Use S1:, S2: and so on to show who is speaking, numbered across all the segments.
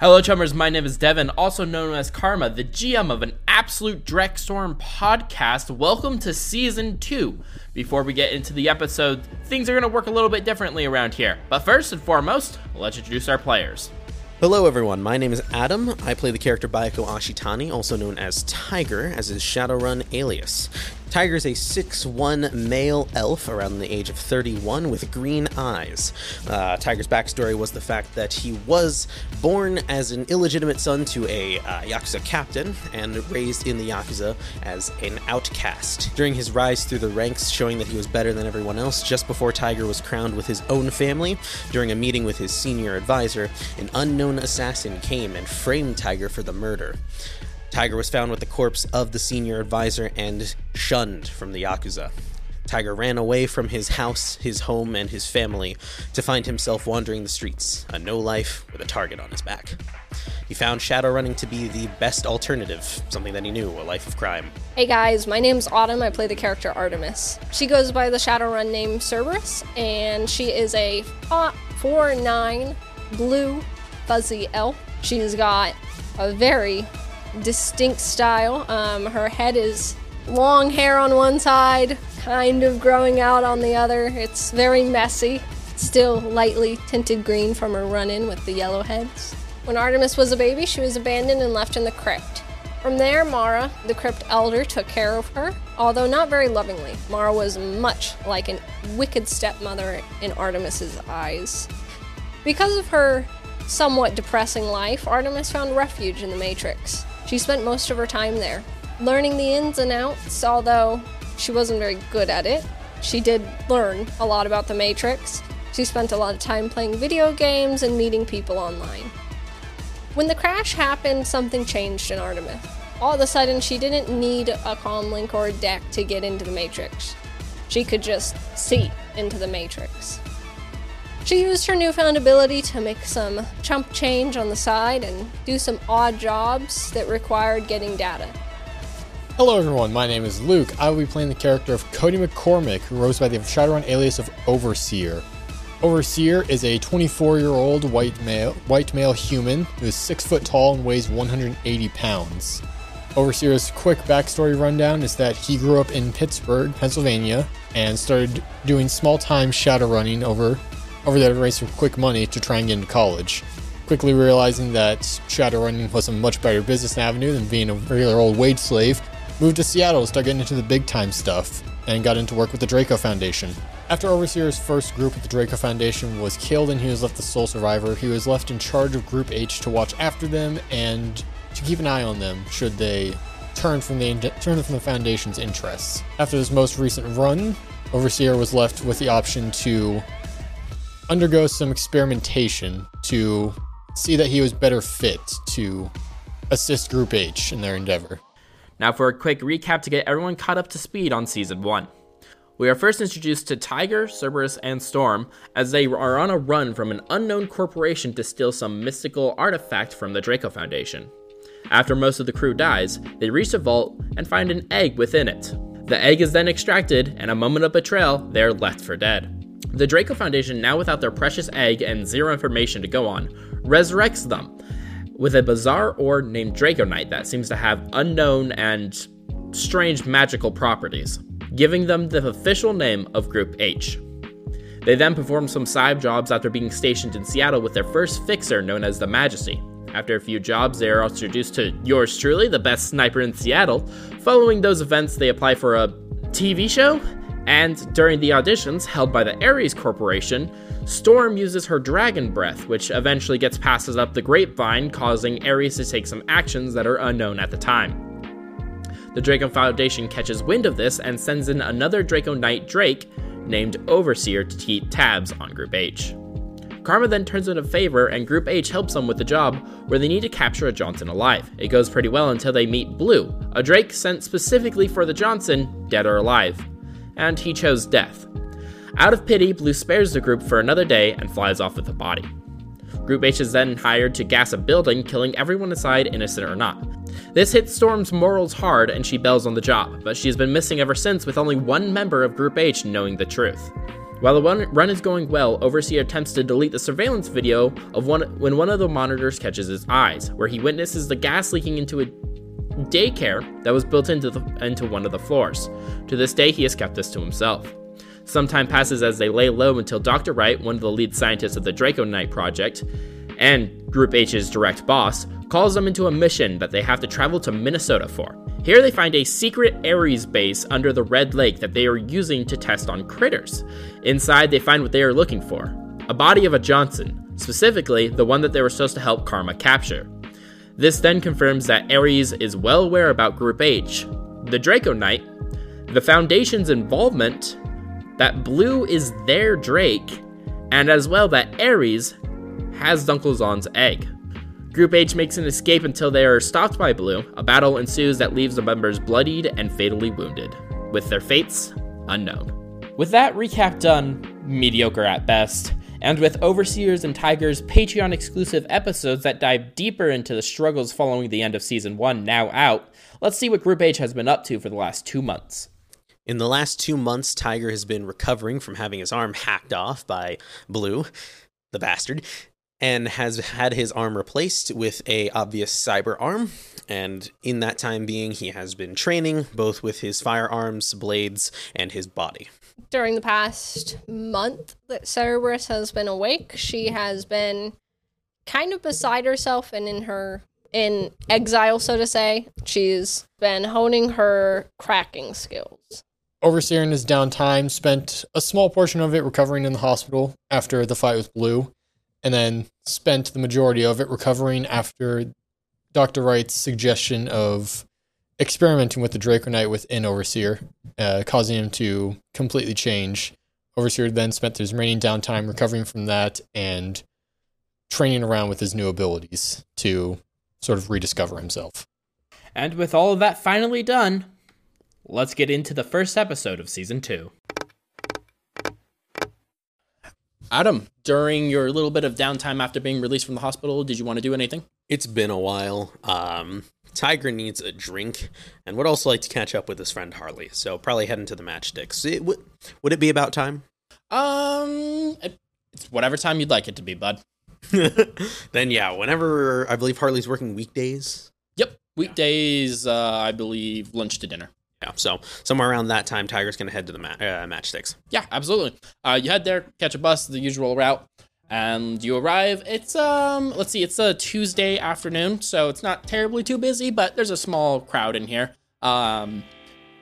S1: Hello, chummers. My name is Devin, also known as Karma, the GM of an absolute Drekstorm podcast. Welcome to season two. Before we get into the episode, things are going to work a little bit differently around here. But first and foremost, let's introduce our players.
S2: Hello, everyone. My name is Adam. I play the character Bayako Ashitani, also known as Tiger, as his Shadowrun alias. Tiger is a 6'1 male elf around the age of 31 with green eyes. Uh, Tiger's backstory was the fact that he was born as an illegitimate son to a uh, Yakuza captain and raised in the Yakuza as an outcast. During his rise through the ranks, showing that he was better than everyone else, just before Tiger was crowned with his own family, during a meeting with his senior advisor, an unknown assassin came and framed Tiger for the murder. Tiger was found with the corpse of the senior advisor and shunned from the Yakuza. Tiger ran away from his house, his home, and his family to find himself wandering the streets, a no life with a target on his back. He found Shadowrunning to be the best alternative, something that he knew, a life of crime.
S3: Hey guys, my name's Autumn. I play the character Artemis. She goes by the Shadowrun name Cerberus, and she is a uh, 4 9 blue fuzzy elf. She's got a very distinct style. Um, her head is long hair on one side, kind of growing out on the other. It's very messy, still lightly tinted green from her run in with the yellow heads. When Artemis was a baby, she was abandoned and left in the crypt. From there, Mara, the crypt elder, took care of her, although not very lovingly. Mara was much like a wicked stepmother in Artemis's eyes. Because of her somewhat depressing life, Artemis found refuge in the Matrix. She spent most of her time there, learning the ins and outs, although she wasn't very good at it. She did learn a lot about the Matrix. She spent a lot of time playing video games and meeting people online. When the crash happened, something changed in Artemis. All of a sudden, she didn't need a comm link or a deck to get into the Matrix. She could just see into the Matrix. She used her newfound ability to make some chump change on the side and do some odd jobs that required getting data.
S4: Hello, everyone. My name is Luke. I will be playing the character of Cody McCormick, who rose by the Shadowrun alias of Overseer. Overseer is a 24-year-old white male, white male human who is six foot tall and weighs 180 pounds. Overseer's quick backstory rundown is that he grew up in Pittsburgh, Pennsylvania, and started doing small-time shadowrunning over over there to raise some quick money to try and get into college. Quickly realizing that shadowrunning was a much better business avenue than being a regular old wage slave, moved to Seattle to start getting into the big time stuff, and got into work with the Draco Foundation. After Overseer's first group at the Draco Foundation was killed and he was left the sole survivor, he was left in charge of Group H to watch after them and to keep an eye on them should they turn from the turn from the Foundation's interests. After this most recent run, Overseer was left with the option to undergo some experimentation to see that he was better fit to assist Group H in their endeavor.
S1: Now, for a quick recap to get everyone caught up to speed on season 1. We are first introduced to Tiger, Cerberus, and Storm as they are on a run from an unknown corporation to steal some mystical artifact from the Draco Foundation. After most of the crew dies, they reach a vault and find an egg within it. The egg is then extracted, and a moment of betrayal, they are left for dead. The Draco Foundation, now without their precious egg and zero information to go on, resurrects them with a bizarre ore named Draconite that seems to have unknown and strange magical properties, giving them the official name of Group H. They then perform some side jobs after being stationed in Seattle with their first fixer known as the Majesty. After a few jobs, they are introduced to yours truly, the best sniper in Seattle. Following those events, they apply for a TV show and during the auditions held by the Ares Corporation, Storm uses her dragon breath, which eventually gets passed up the grapevine, causing Ares to take some actions that are unknown at the time. The Draco Foundation catches wind of this and sends in another Draco Knight Drake named Overseer to keep tabs on Group H. Karma then turns in a favor, and Group H helps them with the job where they need to capture a Johnson alive. It goes pretty well until they meet Blue, a Drake sent specifically for the Johnson, dead or alive and he chose death. Out of pity, Blue spares the group for another day and flies off with the body. Group H is then hired to gas a building, killing everyone inside, innocent or not. This hits Storm's morals hard and she bails on the job, but she has been missing ever since with only one member of Group H knowing the truth. While the run, run is going well, Overseer attempts to delete the surveillance video of one when one of the monitors catches his eyes, where he witnesses the gas leaking into a daycare that was built into the, into one of the floors. To this day, he has kept this to himself. Some time passes as they lay low until Dr. Wright, one of the lead scientists of the Draco Knight project, and Group H's direct boss, calls them into a mission that they have to travel to Minnesota for. Here they find a secret Ares base under the Red Lake that they are using to test on critters. Inside, they find what they are looking for a body of a Johnson, specifically the one that they were supposed to help Karma capture. This then confirms that Ares is well aware about Group H, the Draco Knight, the Foundation's involvement, that Blue is their Drake, and as well that Ares has Dunkelzahn's egg. Group H makes an escape until they are stopped by Blue. A battle ensues that leaves the members bloodied and fatally wounded, with their fates unknown. With that recap done, mediocre at best, and with Overseers and Tigers Patreon exclusive episodes that dive deeper into the struggles following the end of season 1 now out, let's see what Group H has been up to for the last 2 months.
S2: In the last two months, Tiger has been recovering from having his arm hacked off by Blue, the bastard, and has had his arm replaced with a obvious cyber arm. And in that time being, he has been training both with his firearms, blades, and his body.
S3: During the past month that Cerberus has been awake, she has been kind of beside herself and in her in exile, so to say. She's been honing her cracking skills.
S4: Overseer in his downtime spent a small portion of it recovering in the hospital after the fight with Blue, and then spent the majority of it recovering after Dr. Wright's suggestion of experimenting with the Draconite within Overseer, uh, causing him to completely change. Overseer then spent his remaining downtime recovering from that and training around with his new abilities to sort of rediscover himself.
S1: And with all of that finally done, let's get into the first episode of season 2. Adam, during your little bit of downtime after being released from the hospital, did you want to do anything?
S2: It's been a while. Um, Tiger needs a drink, and would also like to catch up with his friend Harley. So probably heading to the matchsticks. It would would it be about time?
S1: Um, it- it's whatever time you'd like it to be, bud.
S2: then yeah, whenever I believe Harley's working weekdays.
S1: Yep, weekdays, uh, I believe, lunch to dinner.
S2: Yeah, so somewhere around that time, Tiger's gonna head to the ma- uh, matchsticks.
S1: Yeah, absolutely. Uh, you head there, catch a bus, the usual route, and you arrive. It's um, let's see, it's a Tuesday afternoon, so it's not terribly too busy, but there's a small crowd in here. Um,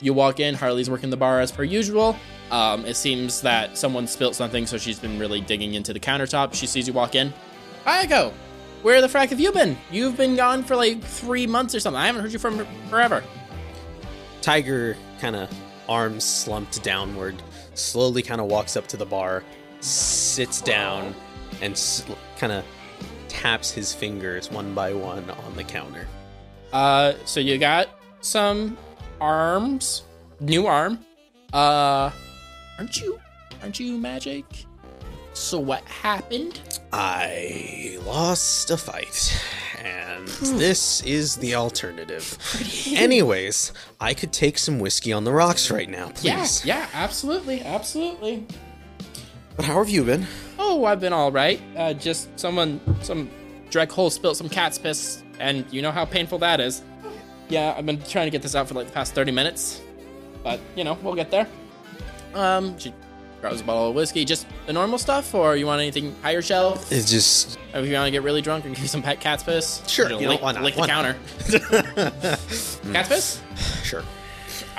S1: you walk in, Harley's working the bar as per usual. Um, it seems that someone spilt something, so she's been really digging into the countertop. She sees you walk in. Iago, where the frack have you been? You've been gone for like three months or something. I haven't heard you from forever.
S2: Tiger kind of arms slumped downward, slowly kind of walks up to the bar, sits down, and sl- kind of taps his fingers one by one on the counter.
S1: Uh, so you got some arms, new arm. Uh, aren't you, aren't you magic? So what happened?
S2: I lost a fight, and
S1: Hmm.
S2: this is the alternative. Anyways, I could take some whiskey on the rocks right now, please.
S1: Yeah, yeah, absolutely, absolutely.
S2: But how have you been?
S1: Oh, I've been all right. Uh, just someone, some Drek hole spilt some cat's piss, and you know how painful that is. Yeah, I've been trying to get this out for like the past 30 minutes, but you know, we'll get there. Um, she grabs a bottle of whiskey, just the normal stuff, or you want anything higher shelf?
S2: It's just
S1: Or If you want to get really drunk and give some pet cat's piss,
S2: Sure,
S1: you
S2: you know,
S1: lick,
S2: why not?
S1: lick the
S2: Why not?
S1: counter. cat's piss?
S2: sure.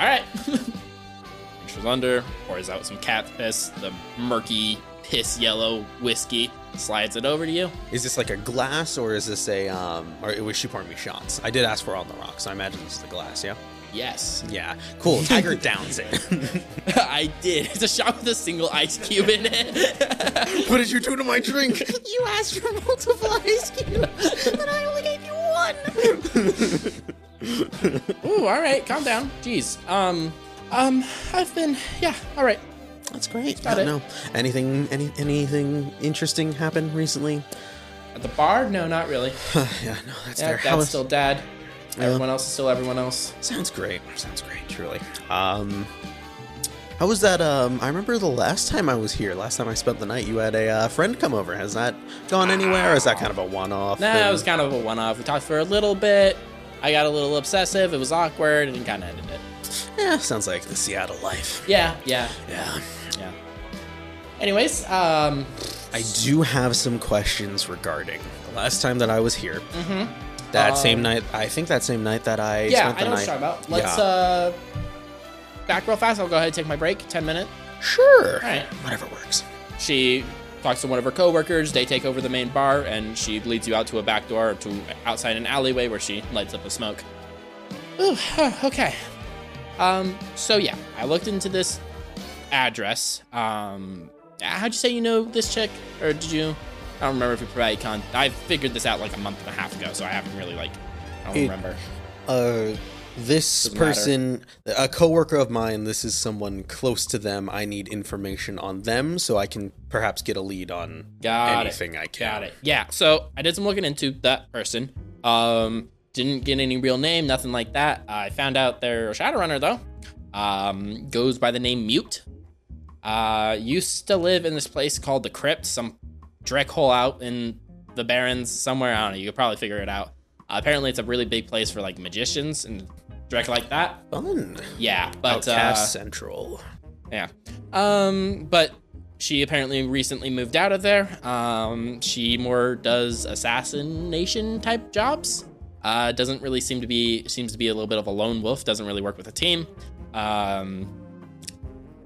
S1: All right. Reaches under, pours out some cat's piss, the murky, piss yellow whiskey, slides it over to you.
S2: Is this like a glass, or is this a um? Or was she pouring me shots? I did ask for on the rocks. So I imagine this is the glass. Yeah.
S1: Yes,
S2: Yeah. Cool. Tiger downs it.
S1: I did. It's a shot with a single ice cube in it.
S2: what did you do to my drink?
S1: you asked for multiple ice cubes, and I only gave you one. Ooh, all right, calm down. Jeez. Um, um, I've been, yeah, all right.
S2: That's great.
S1: Got
S2: I
S1: it.
S2: don't know. Anything? Any anything interesting happened recently?
S1: At the bar? No, not really.
S2: yeah. No. That's
S1: Yeah,
S2: fair.
S1: dad's
S2: How was-
S1: still dad. Everyone else is still everyone else.
S2: Sounds great. Sounds great, truly. Um, How was that? Um, I remember the last time I was here, last time I spent the night, you had a uh, friend come over. Has that gone anywhere? Or is that kind of a one off?
S1: Nah, it was kind of a one off. We talked for a little bit. I got a little obsessive. It was awkward and kind of ended it.
S2: Yeah, sounds like the Seattle life.
S1: Yeah, yeah,
S2: Yeah.
S1: yeah. Anyways, um,
S2: I do have some questions regarding the last time that I was here. Mm-hmm. That same night, I think that same night that I
S1: yeah,
S2: spent
S1: I
S2: the
S1: know what you're
S2: night.
S1: talking about. Let's
S2: Yeah.
S1: uh, back real fast. I'll go ahead and take my break. Ten minute.
S2: sure,
S1: Alright.
S2: whatever works.
S1: She talks to one of her coworkers. They take over the main bar, and she leads you out to a back door or to outside an alleyway where she lights up a smoke. Ooh, okay. Um, so yeah, I looked into this address. Um, how'd you say you know this chick, or did you? I don't remember if you provided con. I figured this out like a month and a half ago, so I haven't really like. I don't
S2: It-
S1: remember.
S2: Uh, this
S1: Doesn't matter.
S2: person, a coworker of mine, this is someone close to them. I need information on them so I can perhaps get a lead on
S1: Got it.
S2: anything I can.
S1: Got it. Yeah. So I did some looking into that person. Um, didn't get any real name, nothing like that. I found out they're a Shadowrunner though. Um, goes by the name Mute. Uh, used to live in this place called the Crypt, some dreck hole out in the Barrens somewhere. I don't know. You could probably figure it out. Uh, apparently, it's a really big place for like magicians and dreck like that.
S2: Fun.
S1: Yeah, but
S2: Outcast
S1: uh,
S2: Central.
S1: yeah. Um, but she apparently recently moved out of there. Um, she more does assassination type jobs. Uh, doesn't really seem to be seems to be a little bit of a lone wolf. Doesn't really work with a team. Um,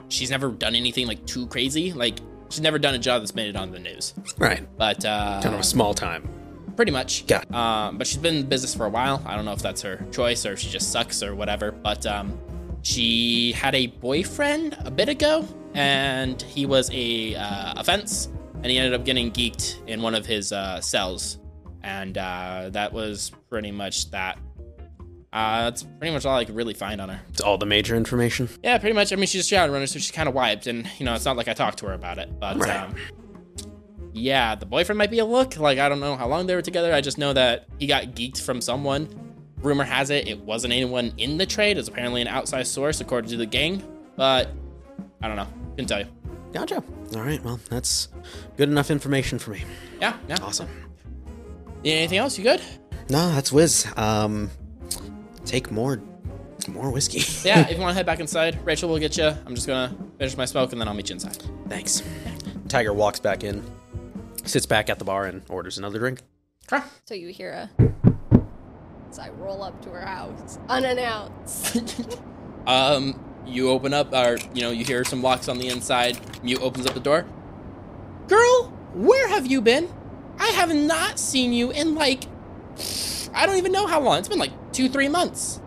S1: she's never done anything like too crazy. Like she's never done a job that's made it on the news.
S2: Right.
S1: But uh,
S2: Kind of a small time.
S1: pretty much.
S2: Got it.
S1: Um, but she's been in business for a while. I don't know if that's her choice or if she just sucks or whatever. But um, she had a boyfriend a bit ago, and he was a uh, offense, and he ended up getting geeked in one of his uh, cells, and uh, that was pretty much that. Uh, that's pretty much all I could really find on her.
S2: It's all the major information.
S1: Yeah, pretty much. I mean, she's a shadow runner, so she's kind of wiped, and you know, it's not like I talked to her about it. But
S2: Right.
S1: um, yeah, the boyfriend might be a look. Like I don't know how long they were together. I just know that he got geeked from someone. Rumor has it it wasn't anyone in the trade. It's apparently an outside source, according to the gang. But I don't know. Couldn't tell you.
S2: Gotcha. All right. Well, that's good enough information for me.
S1: Yeah, yeah.
S2: Awesome.
S1: Need anything else? You good?
S2: No, that's Wiz. Um, take more, more whiskey.
S1: Yeah. if you want to head back inside, Rachel will get you. I'm just gonna finish my smoke and then I'll meet you inside.
S2: Thanks. Tiger walks back in, sits back at the bar, and orders another drink.
S1: Okay.
S3: So you hear a. As I roll up to her house unannounced.
S1: Um, you open up, or you know, you hear some locks on the inside. Mute opens up the door. Girl, where have you been? I have not seen you in like, I don't even know how long. It's been like two, three months.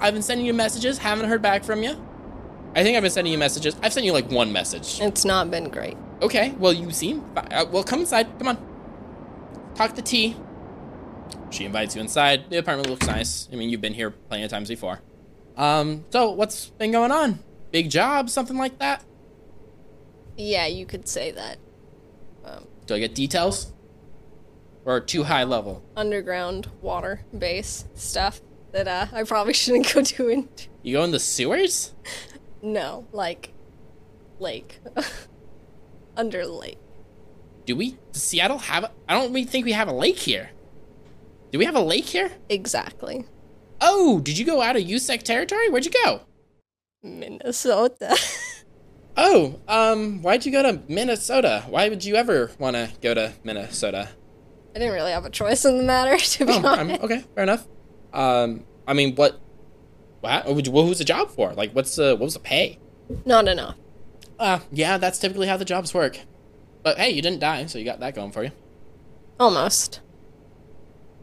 S1: I've been sending you messages, haven't heard back from you. I think I've been sending you messages. I've sent you like one message.
S3: it's not been great.
S1: Okay, well, you seem. fi- Uh, well, come inside. Come on. Talk to T. She invites you inside. The apartment looks nice. I mean, you've been here plenty of times before. Um, so what's been going on? Big job, something like that?
S3: Yeah, you could say that.
S1: Do I get details? Or too high level?
S3: Underground water base stuff that uh, I probably shouldn't go to in.
S1: You go in the sewers?
S3: No, like lake. Under lake.
S1: Do we? Does Seattle have a. I don't really think we have a lake here. Do we have a lake here?
S3: Exactly.
S1: Oh, did you go out of USEC territory? Where'd you go?
S3: Minnesota.
S1: Oh, um, why'd you go to Minnesota? Why would you ever want to go to Minnesota?
S3: I didn't really have a choice in the matter, to be
S1: Oh, I'm,
S3: honest.
S1: okay, fair enough. Um, I mean, what? What? What was the job for? Like, what's the what was the pay?
S3: Not enough.
S1: Uh, yeah, that's typically how the jobs work. But hey, you didn't die, so you got that going for you.
S3: Almost.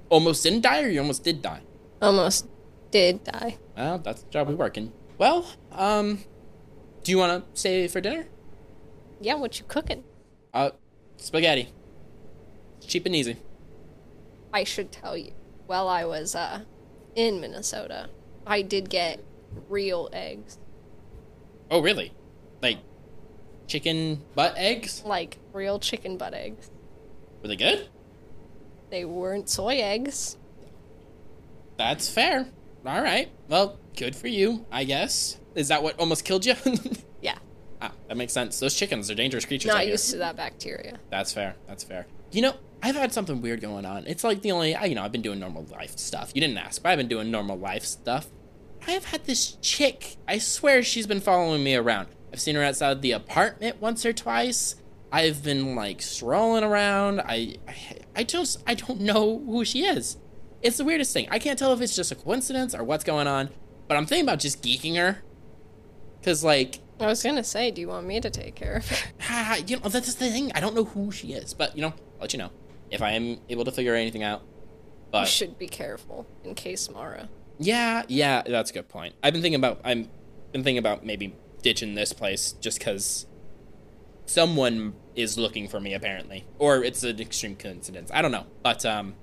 S1: Almost didn't die, or you almost did die.
S3: Almost did die.
S1: Well, that's the job we work in. Well, um, do you want to stay for dinner?
S3: Yeah, what you cooking?
S1: Uh, spaghetti. Cheap and easy.
S3: I should tell you. While I was uh in Minnesota, I did get real eggs.
S1: Oh, really? Like chicken butt eggs?
S3: Like real chicken butt eggs.
S1: Were they good?
S3: They weren't soy eggs.
S1: That's fair. All right. Well, good for you, I guess. Is that what almost killed you?
S3: Yeah.
S1: Ah, that makes sense. Those chickens are dangerous creatures. I
S3: Not
S1: hear.
S3: used to that bacteria.
S1: That's fair. That's fair. You know, I've had something weird going on. It's like the only, I, you know, I've been doing normal life stuff. You didn't ask, but I've been doing normal life stuff. I have had this chick. I swear she's been following me around. I've seen her outside the apartment once or twice. I've been like strolling around. I, I, I just, I don't know who she is. It's the weirdest thing. I can't tell if it's just a coincidence or what's going on, but I'm thinking about just geeking her. Cause like,
S3: I was gonna say, do you want me to take care of it?
S1: ah, you know, that's the thing. I don't know who she is, but you know, I'll let you know if I am able to figure anything out.
S3: You
S1: But
S3: should be careful in case Mara.
S1: yeah, yeah, that's a good point. I've been thinking about I'm been thinking about maybe ditching this place just because someone is looking for me apparently, or it's an extreme coincidence. I don't know, but um,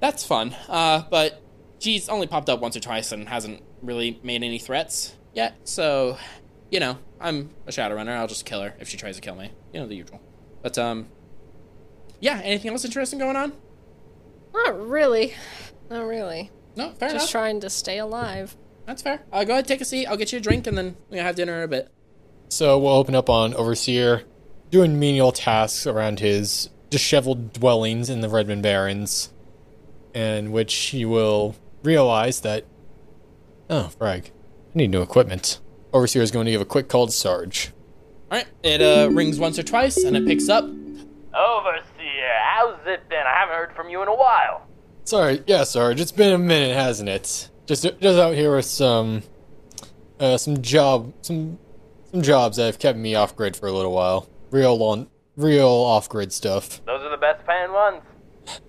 S1: that's fun. Uh, but she's only popped up once or twice and hasn't really made any threats yet. So, you know, I'm a Shadowrunner. I'll just kill her if she tries to kill me. You know the usual. But um, yeah. Anything else interesting going on?
S3: Not really. Not really.
S1: No, fair enough.
S3: Just trying to stay alive.
S1: That's fair. Uh, go ahead, take a seat. I'll get you a drink, and then we'll have dinner in a bit.
S4: So we'll open up on Overseer doing menial tasks around his disheveled dwellings in the Redmond Barrens, in which he will realize that, oh, frag, I need new equipment. Overseer is going to give a quick call to Sarge.
S1: All right. It uh, rings once or twice, and it picks up.
S5: Overseer, how's it been? I haven't heard from you in a while.
S4: Sorry, yeah, Sarge, it's been a minute, hasn't it? Just just out here with some, uh, some job, some, some jobs that have kept me off grid for a little while. Real long, real off grid stuff.
S5: Those are the best paying ones.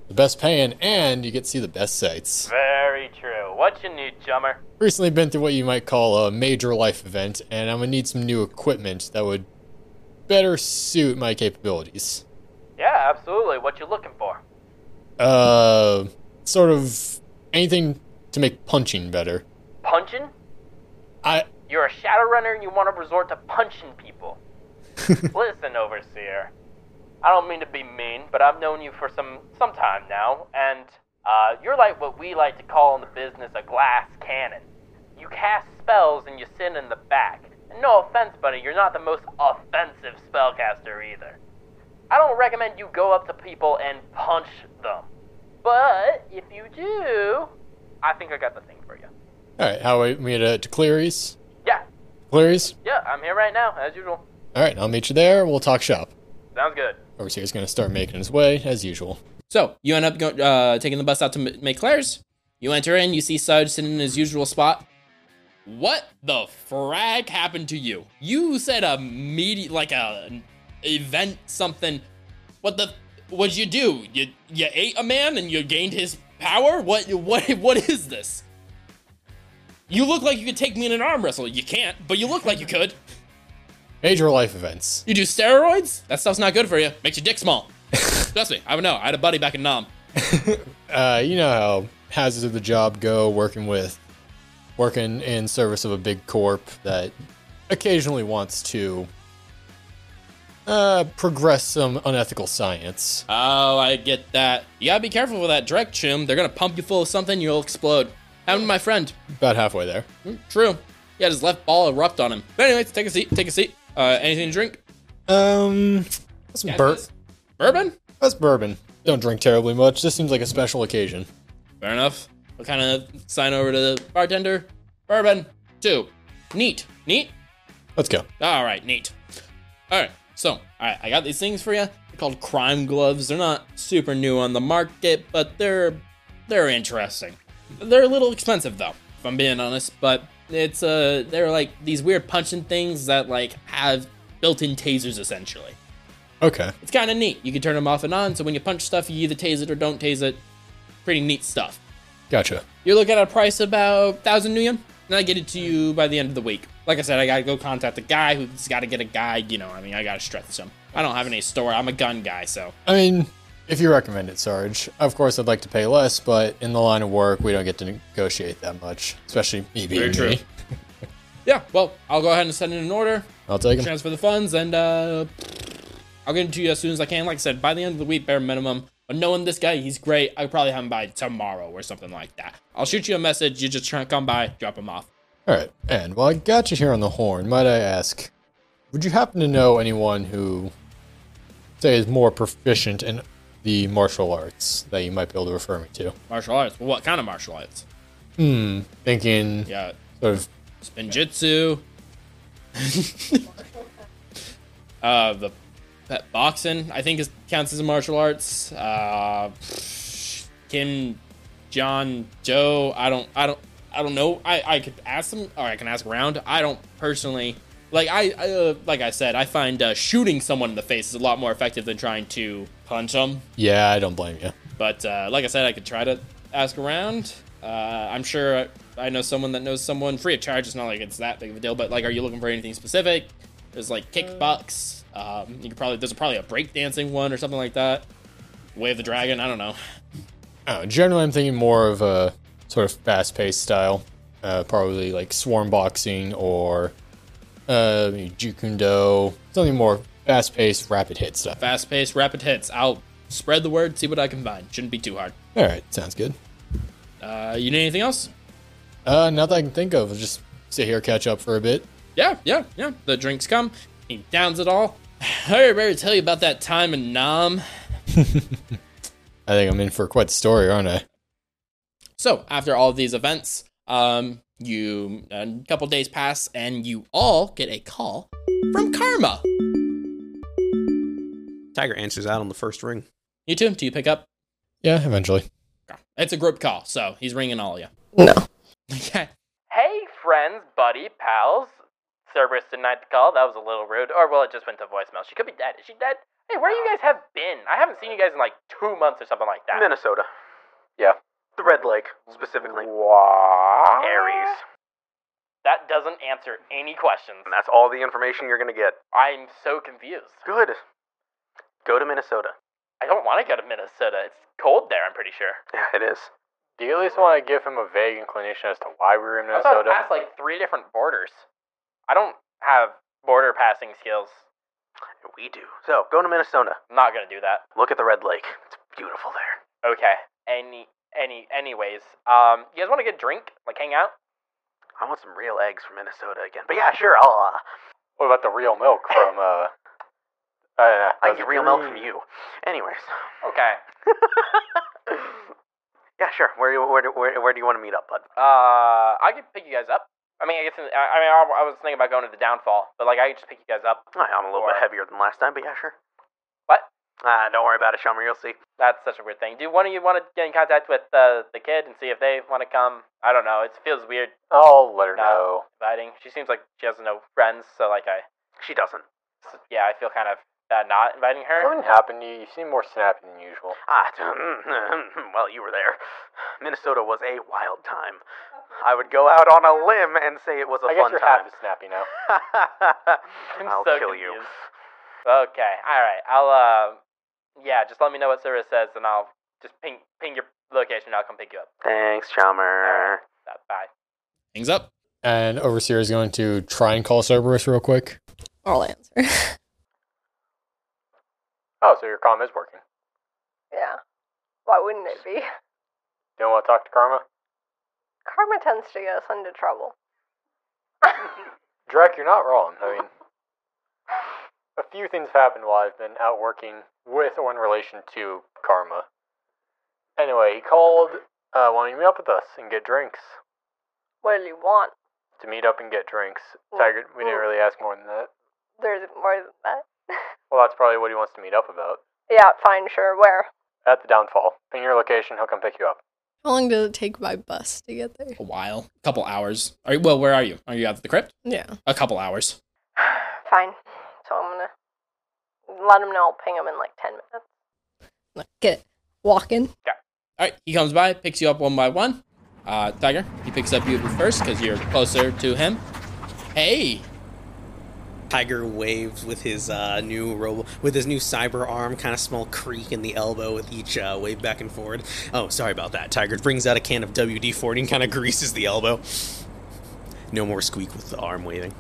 S4: the best paying, and you get to see the best sights.
S5: Very true. What you need, chummer?
S4: Recently been through what you might call a major life event, and I'm gonna need some new equipment that would better suit my capabilities.
S5: Yeah, absolutely. What you looking for?
S4: Uh, sort of anything to make punching better.
S5: Punching?
S4: I
S5: You're a Shadowrunner and you want to resort to punching people. Listen, Overseer. I don't mean to be mean, but I've known you for some some time now, and uh, you're like what we like to call in the business a glass cannon. You cast spells and you sit in the back. And no offense, buddy, you're not the most offensive spellcaster either. I don't recommend you go up to people and punch them. But if you do, I think I got the thing for you.
S4: all right. How we meet at Clary's?
S5: Yeah,
S4: Clary's.
S5: yeah, I'm here right now, as usual.
S4: All right. I'll meet you there. We'll talk shop.
S5: Sounds good.
S4: Overseer's gonna start making his way as usual.
S1: So you end up go- uh, taking the bus out to M- Claire's. You enter in. You see Sarge sitting in his usual spot. What the frag happened to you? You said a media, like a an event, something. What the? What'd you do? You you ate a man and you gained his power? What what what is this? You look like you could take me in an arm wrestle. You can't, but you look like you could.
S4: Major life events.
S1: You do steroids? That stuff's not good for you. Makes your dick small. Trust me, I don't know. I had a buddy back in Nam.
S4: uh, you know how hazards of the job go working with working in service of a big corp that occasionally wants to uh, progress some unethical science.
S1: Oh, I get that. You gotta be careful with that direct chum. They're gonna pump you full of something, you'll explode. Happened to my friend.
S4: About halfway there.
S1: True. He had his left ball erupt on him. But anyways, take a seat. Take a seat. Uh, anything to drink?
S4: Um, that's some bur-
S1: Bourbon?
S4: that's bourbon. Don't drink terribly much. This seems like a special occasion.
S1: Fair enough. We'll kind of sign over to the bartender. Bourbon, two. Neat. Neat?
S4: Let's go.
S1: All right, neat. All right, so all right, I got these things for you. They're called crime gloves. They're not super new on the market, but they're they're interesting. They're a little expensive though, if I'm being honest. But it's uh they're like these weird punching things that like have built-in tasers essentially.
S4: Okay.
S1: It's kind of neat. You can turn them off and on, so when you punch stuff, you either tase it or don't tase it. Pretty neat stuff.
S4: Gotcha.
S1: You're looking at a price of about thousand new yen, and I get it to you by the end of the week. Like I said, I gotta go contact the guy who's got to get a guy. You know, I mean, I gotta stretch him. I don't have any store. I'm a gun guy, so
S4: I mean, if you recommend it, Sarge, of course I'd like to pay less, but in the line of work, we don't get to negotiate that much, especially me being
S1: Very true.
S4: me.
S1: yeah. Well, I'll go ahead and send in an order,
S4: I'll take him.
S1: transfer the funds, and uh, I'll get it to you as soon as I can. Like I said, by the end of the week, bare minimum. But knowing this guy, he's great. I'll probably have him by tomorrow or something like that. I'll shoot you a message. You just try and come by, drop him off.
S4: All right, and while I got you here on the horn, might I ask, would you happen to know anyone who, say, is more proficient in the martial arts that you might be able to refer me to?
S1: Martial arts. Well, what kind of martial arts?
S4: Thinking
S1: Yeah,
S4: sort of
S1: it's ninjutsu. uh, the pet boxing, I think, is, counts as a martial arts. Uh, Kim, John, Joe. I don't, I don't, I don't know. I, I could ask them, or I can ask around. I don't personally like. I, I uh, like I said, I find uh, shooting someone in the face is a lot more effective than trying to punch them.
S4: yeah, I don't blame you.
S1: But uh, like I said, I could try to ask around. Uh, I'm sure I, I know someone that knows someone. Free of charge, it's not like it's that big of a deal. But like, are you looking for anything specific? There's like kickbox. Um, you could probably there's probably a breakdancing one or something like that. Way of the Dragon. I don't know.
S4: Uh, generally, I'm thinking more of a sort of fast-paced style, uh, probably like swarm boxing or uh, jukundo, something more fast-paced, rapid hit stuff.
S1: Fast paced, rapid hits. I'll spread the word. See what I can find. Shouldn't be too hard.
S4: All right, sounds good.
S1: Uh, you need anything else?
S4: Uh, now that I can think of, I'll just sit here, catch up for a bit.
S1: Yeah, yeah, yeah. The drinks come. He downs it all. I better tell you about that time in Nam.
S4: I think I'm in for quite the story, aren't I?
S1: So after all of these events, um, you a couple days pass, and you all get a call from Karma.
S2: Tiger answers out on the first ring.
S1: You too? Do you pick up?
S4: Yeah, eventually.
S1: It's a group call, so he's ringing all of you.
S3: No.
S1: Okay.
S5: Hey, friends, buddy, pals. Cerberus denied the call. That was a little rude. Or, well, it just went to voicemail. She could be dead. Is she dead? Hey, where you guys have been? I haven't seen you guys in like two months or something like that.
S6: Minnesota. Yeah. The Red Lake, specifically.
S5: What?
S6: Aries.
S5: That doesn't answer any questions.
S6: And that's all the information you're going to get.
S5: I'm so confused.
S6: Good. Go to Minnesota.
S5: I don't want to go to Minnesota. It's cold there, I'm pretty sure.
S6: Yeah, it is.
S7: Do you at least want to give him a vague inclination as to why we were in
S5: I thought it
S7: Minnesota?
S5: passed like three different borders. I don't have border passing skills.
S6: We do. So, go to Minnesota.
S5: I'm not gonna do that.
S6: Look at the Red Lake. It's beautiful there.
S5: Okay. Any, any, anyways. Um, you guys want to get a drink? Like hang out?
S6: I want some real eggs from Minnesota again. But yeah, sure, I'll. Uh,
S7: What about the real milk from, uh. I don't know.
S6: I
S7: Those
S6: can get real milk from
S7: green-
S6: you. Anyways.
S5: Okay.
S6: yeah, sure. Where, you- where, do- where, where do you want to meet up, bud?
S5: Uh, I could pick you guys up. I mean, I guess. I, I mean, I, I was thinking about going to the downfall, but like, I could just pick you guys up.
S6: All right, I'm a little
S5: Or-
S6: bit heavier than last time, but yeah, sure.
S5: What?
S6: Ah, don't worry about it, Shelmer. You'll see.
S5: That's such a weird thing. Do one of you want to get in contact with uh, the kid and see if they want to come? I don't know. It feels weird
S7: I'll let her
S5: No.
S7: know.
S5: inviting. She seems like she has no friends, so like I,
S6: She doesn't.
S5: yeah, I feel kind of uh, not inviting her.
S7: Something happened to you. You seem more snappy than usual.
S6: Ah, well, you were there. Minnesota was a wild time. I would go out on a limb and say it was a
S7: I guess
S6: fun
S7: you're
S6: time.
S7: half as snappy now.
S5: I'm
S6: I'll
S5: so
S6: kill you.
S5: confused. Okay, all right. I'll uh, yeah, just let me know what service says, and I'll just ping ping your location. and I'll come pick you up.
S6: Thanks, Chalmer.
S5: Uh, Bye.
S1: Hangs up.
S4: And Overseer is going to try and call Cerberus real quick.
S3: I'll answer.
S7: Oh, so your karma is working.
S8: Yeah. Why wouldn't it be?
S7: You don't want to talk to Karma?
S8: Karma tends to get us into trouble.
S7: Drek, you're not wrong. I mean, a few things have happened while I've been out working with or in relation to Karma. Anyway, he called, uh, wanting to meet up with us and get drinks.
S8: What do you want?
S7: To meet up and get drinks. Tiger, we didn't really ask more than that.
S8: There's more than that.
S7: Well, that's probably what he wants to meet up about.
S8: Yeah, fine, sure. Where?
S7: At the downfall. Ping your location, he'll come pick you up.
S3: How long did it take by bus to get there?
S1: A while. A couple hours. Are you, well, where are you? Are you out at the crypt?
S3: Yeah.
S1: A couple hours.
S8: fine. So I'm gonna let him know. I'll ping him in like 10 minutes.
S3: Like, get walking.
S1: All right. He comes by, picks you up one by one. Uh, Tiger. He picks up you first because you're closer to him. Hey.
S2: Tiger waves with his uh, new robo- with his new cyber arm, kind of small creak in the elbow with each uh, wave back and forward. Oh, sorry about that. Tiger brings out a can of WD forty and kind of greases the elbow. No more squeak with the arm waving.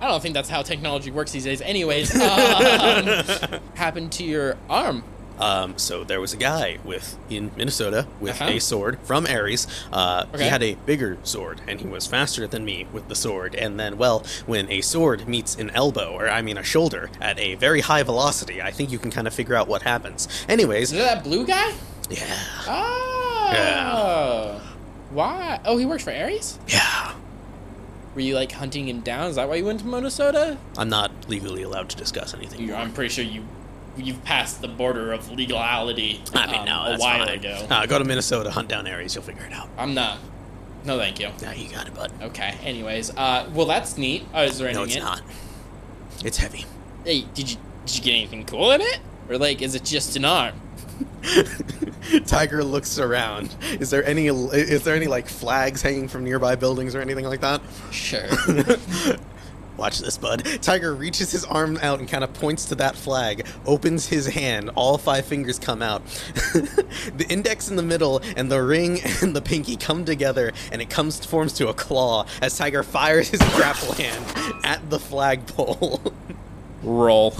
S1: I don't think that's how technology works these days. Anyways, um, happened to your arm?
S2: Um, so there was a guy with in Minnesota with
S1: Uh-huh.
S2: a sword from Ares. Uh,
S1: Okay.
S2: He had a bigger sword, and he was faster than me with the sword. And then, well, when a sword meets an elbow, or I mean a shoulder, at a very high velocity, I think you can kind of figure out what happens. Anyways,
S1: Is it that blue guy?
S2: yeah,
S1: Oh.
S2: Yeah.
S1: Why? Oh, he works for Ares?
S2: yeah.
S1: Were you like hunting him down? Is that why you went to Minnesota?
S2: I'm not legally allowed to discuss anything.
S1: You, I'm pretty sure you you've passed the border of legality
S2: I mean,
S1: um,
S2: no,
S1: a
S2: that's
S1: while
S2: fine.
S1: ago.
S2: Uh, go to Minnesota, hunt down Ares, you'll figure it out.
S1: I'm not. No, thank you.
S2: Now you got it, bud.
S1: Okay. Anyways, uh, well, that's neat. Oh, is there anything?
S2: No, it's
S1: in-
S2: not. It's heavy.
S1: Hey, did you did you get anything cool in it? Or like, is it just an arm?
S2: Tiger looks around. Is there any? Is there any like flags hanging from nearby buildings or anything like that?
S1: Sure.
S2: Watch this, bud. Tiger reaches his arm out and kind of points to that flag, opens his hand, all five fingers come out. the index in the middle and the ring and the pinky come together and it comes forms to a claw as Tiger fires his grapple hand at the flagpole.
S1: Roll.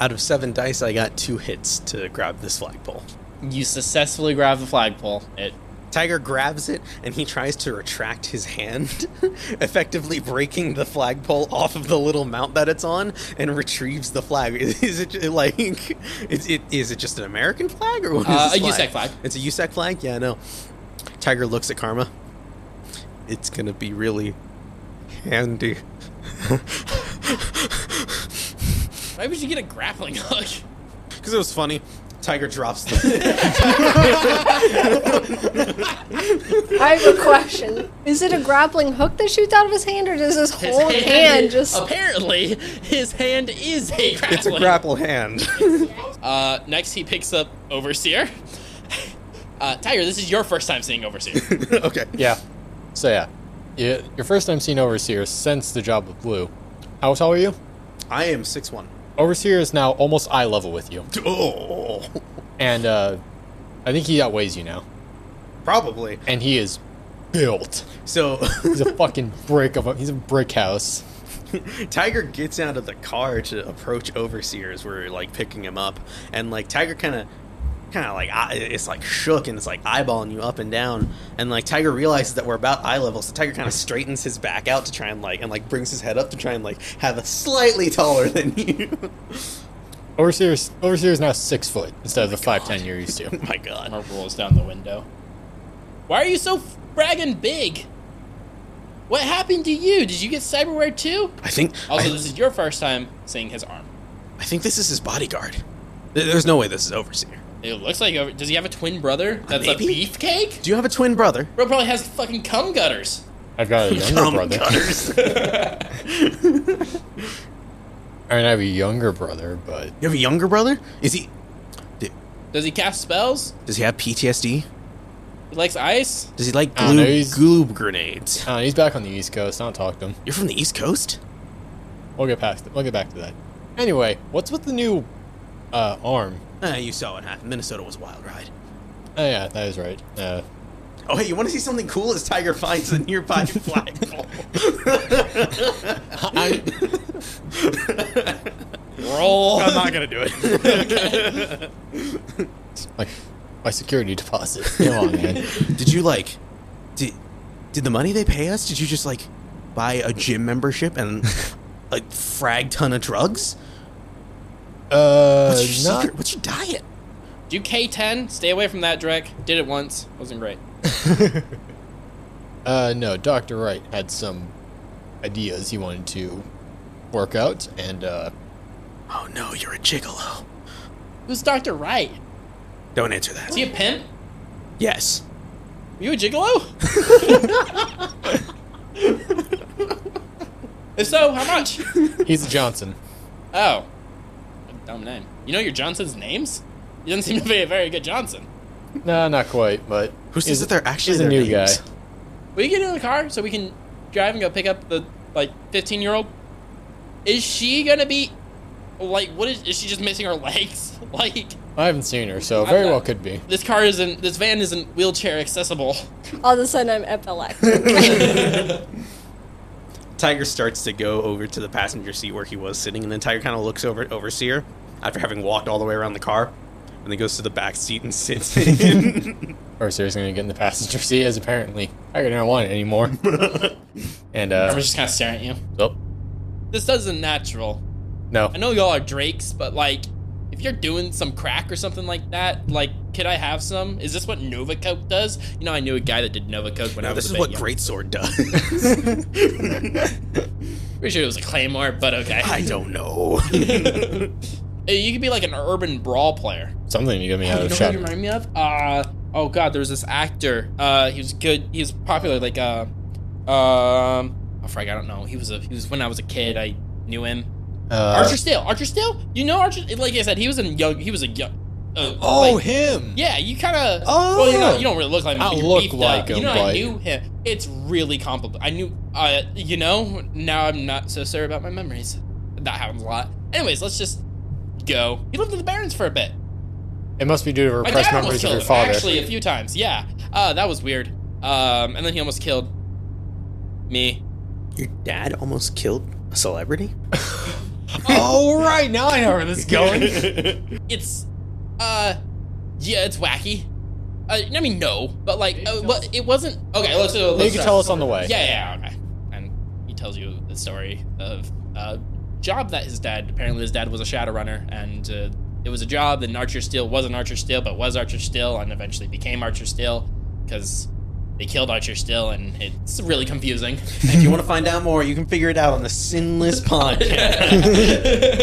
S2: out of seven dice, I got two hits to grab this flagpole.
S1: you successfully grab the flagpole. It
S2: Tiger grabs it and he tries to retract his hand, effectively breaking the flagpole off of the little mount that it's on, and retrieves the flag. Is, is it like is it is it just an American flag or what is
S1: Uh,
S2: this
S1: a USEC flag.
S2: It's a USEC flag. Yeah, I know. Tiger looks at Karma. It's gonna be really handy.
S1: Why would you get a grappling hook?
S2: Because it was funny. Tiger drops the.
S3: I have a question. Is it a grappling hook that shoots out of his hand, or does his
S1: His
S3: whole hand just?
S1: apparently his hand is a grappling.
S2: it's a grapple hand.
S1: Uh, next he picks up Overseer. Uh, Tiger, this is your first time seeing Overseer.
S2: okay.
S4: Yeah. So yeah, you, your first time seeing Overseer since the job with Blue. How tall are you?
S2: I am six one.
S4: Overseer is now almost eye level with you,
S2: Oh,
S4: and uh, I think he outweighs you now.
S2: probably.
S4: And he is built.
S2: So
S4: He's a fucking brick of a. He's a brick house.
S2: Tiger gets out of the car to approach Overseer as we're like picking him up, and like Tiger kind of, kind of like eye- it's like shook and it's like eyeballing you up and down, and like Tiger realizes that we're about eye level, so Tiger kind of straightens his back out to try and like and like brings his head up to try and like have a slightly taller than you. Oh
S4: Overseer is- Overseer is now six foot instead of the five ten you're used to.
S2: My God,
S1: Armor rolls down the window. Why are you so bragging big? What happened to you? Did you get cyberware too?
S2: I think
S1: Also,
S2: I,
S1: this is your first time seeing his arm.
S2: I think this is his bodyguard. There- There's no way this is Overseer.
S1: It looks like. Over- Does he have a twin brother? That's a
S2: maybe.
S1: beefcake.
S2: Do you have a twin brother?
S1: Bro probably has fucking cum gutters.
S4: I've got a younger
S2: Thumb
S4: brother.
S2: cutters.
S4: I mean, I have a younger brother, but
S2: you have a younger brother? Is he?
S1: Does he cast spells?
S2: Does he have PTSD?
S1: He likes ice.
S2: Does he like
S4: I don't
S2: glue,
S4: know, Uh, he's-
S2: glue grenades?
S4: uh, he's back on the East Coast. I don't talk to him.
S2: You're from the East Coast?
S4: We'll get past. We'll get back to that. Anyway, what's with the new uh, arm?
S2: Uh, you saw what happened. Minnesota was a wild ride.
S4: Oh yeah, that is right. Uh,
S2: Oh, hey, you want to see something cool as Tiger finds the nearby flagpole?
S1: Roll.
S2: I'm not going to do it.
S4: like my security deposit. Come on, man.
S2: Did you, like, did, did the money they pay us, did you just, like, buy a gym membership and a frag ton of drugs?
S4: Uh,
S2: What's your,
S4: not,
S2: secret? What's your diet?
S1: Do K10. Stay away from that, Drek. Did it once. Wasn't great.
S4: uh, no. Doctor Wright had some ideas he wanted to work out, and uh,
S2: Oh, no, you're a gigolo.
S1: Who's Doctor Right?
S2: Don't answer that.
S1: Is he a pimp?
S2: Yes.
S1: Are you a gigolo? if so, how much?
S4: he's a Johnson.
S1: Oh. A dumb name. You know your Johnson's names? He doesn't seem to be a very good Johnson.
S4: No, not quite. But
S2: Who says
S4: he's-
S2: that they're actually
S4: he's a
S2: their
S4: new
S2: names?
S4: guy.
S1: Will you get in the car so we can drive and go pick up the like fifteen year old? Is she gonna be like what is is she just missing her legs? like
S4: I haven't seen her, so
S1: I'm
S4: very
S1: not-
S4: well could be.
S1: this car isn't this van isn't wheelchair accessible.
S3: All of a sudden, I'm epileptic.
S2: Tiger starts to go over to the passenger seat where he was sitting, and then Tiger kind of looks over at Overseer after having walked all the way around the car. and then goes to the back seat and sits in.
S4: Or seriously, gonna get in the passenger seat as apparently I don't want it anymore. and uh,
S1: Everyone's just kind of staring at you.
S4: oh,
S1: This doesn't natural.
S4: no,
S1: I know y'all are drakes, but like, if you're doing some crack or something like that, like, could I have some? Is this what Nova Coke does? You know, I knew a guy that did Nova Coke when I
S2: now
S1: was
S2: this
S1: a bit
S2: is what
S1: young.
S2: Great Sword does.
S1: Pretty sure it was a Claymore, but okay.
S2: I don't know.
S1: Hey, you could be like an urban brawl player.
S4: something you got me out
S1: you
S4: of
S1: know what you
S4: shadow.
S1: remind me of? Uh, oh god, there was this actor. Uh, he was good. He was popular. Like, uh, um, oh, Frank, I don't know. He was a. He was when I was a kid. I knew him.
S4: Uh,
S1: Archer Steele. Archer Steele. You know Archer. Like I said, he was a young. He was a young. Uh,
S4: oh,
S1: like-
S4: him.
S1: yeah. You kind of.
S4: Oh.
S1: Well, you know, you don't really look like him.
S4: I
S1: You're
S4: look
S1: beefed
S4: like
S1: up. You
S4: him,
S1: know, I
S4: but-
S1: knew him. It's really complicated. I knew. Uh, you know. Now I'm not so sorry about my memories. That happens a lot. Anyways, let's just go. He lived in the Barrens for a bit.
S4: It must be due to
S1: My
S4: repressed
S1: dad almost
S4: memories of
S1: killed
S4: your
S1: him,
S4: father.
S1: actually, a few times. Yeah, uh, that was weird. Um, and then he almost killed me.
S2: Your dad almost killed a celebrity.
S4: oh, right now I know where this is going.
S1: It's, uh, yeah, it's wacky. Uh, I mean, no, but like, uh, but it wasn't. Okay, let's do.
S4: you
S1: Let's
S4: can
S1: start.
S4: tell us on the way.
S1: Yeah, yeah, yeah, okay. And he tells you the story of a job that his dad, apparently his dad was a Shadowrunner, and uh, it was a job that Archer Steele wasn't Archer Steele, but was Archer Steele, and eventually became Archer Steele, because they killed Archer Steele, and it's really confusing.
S2: And if you want to find out more, you can figure it out on the Sinless Podcast.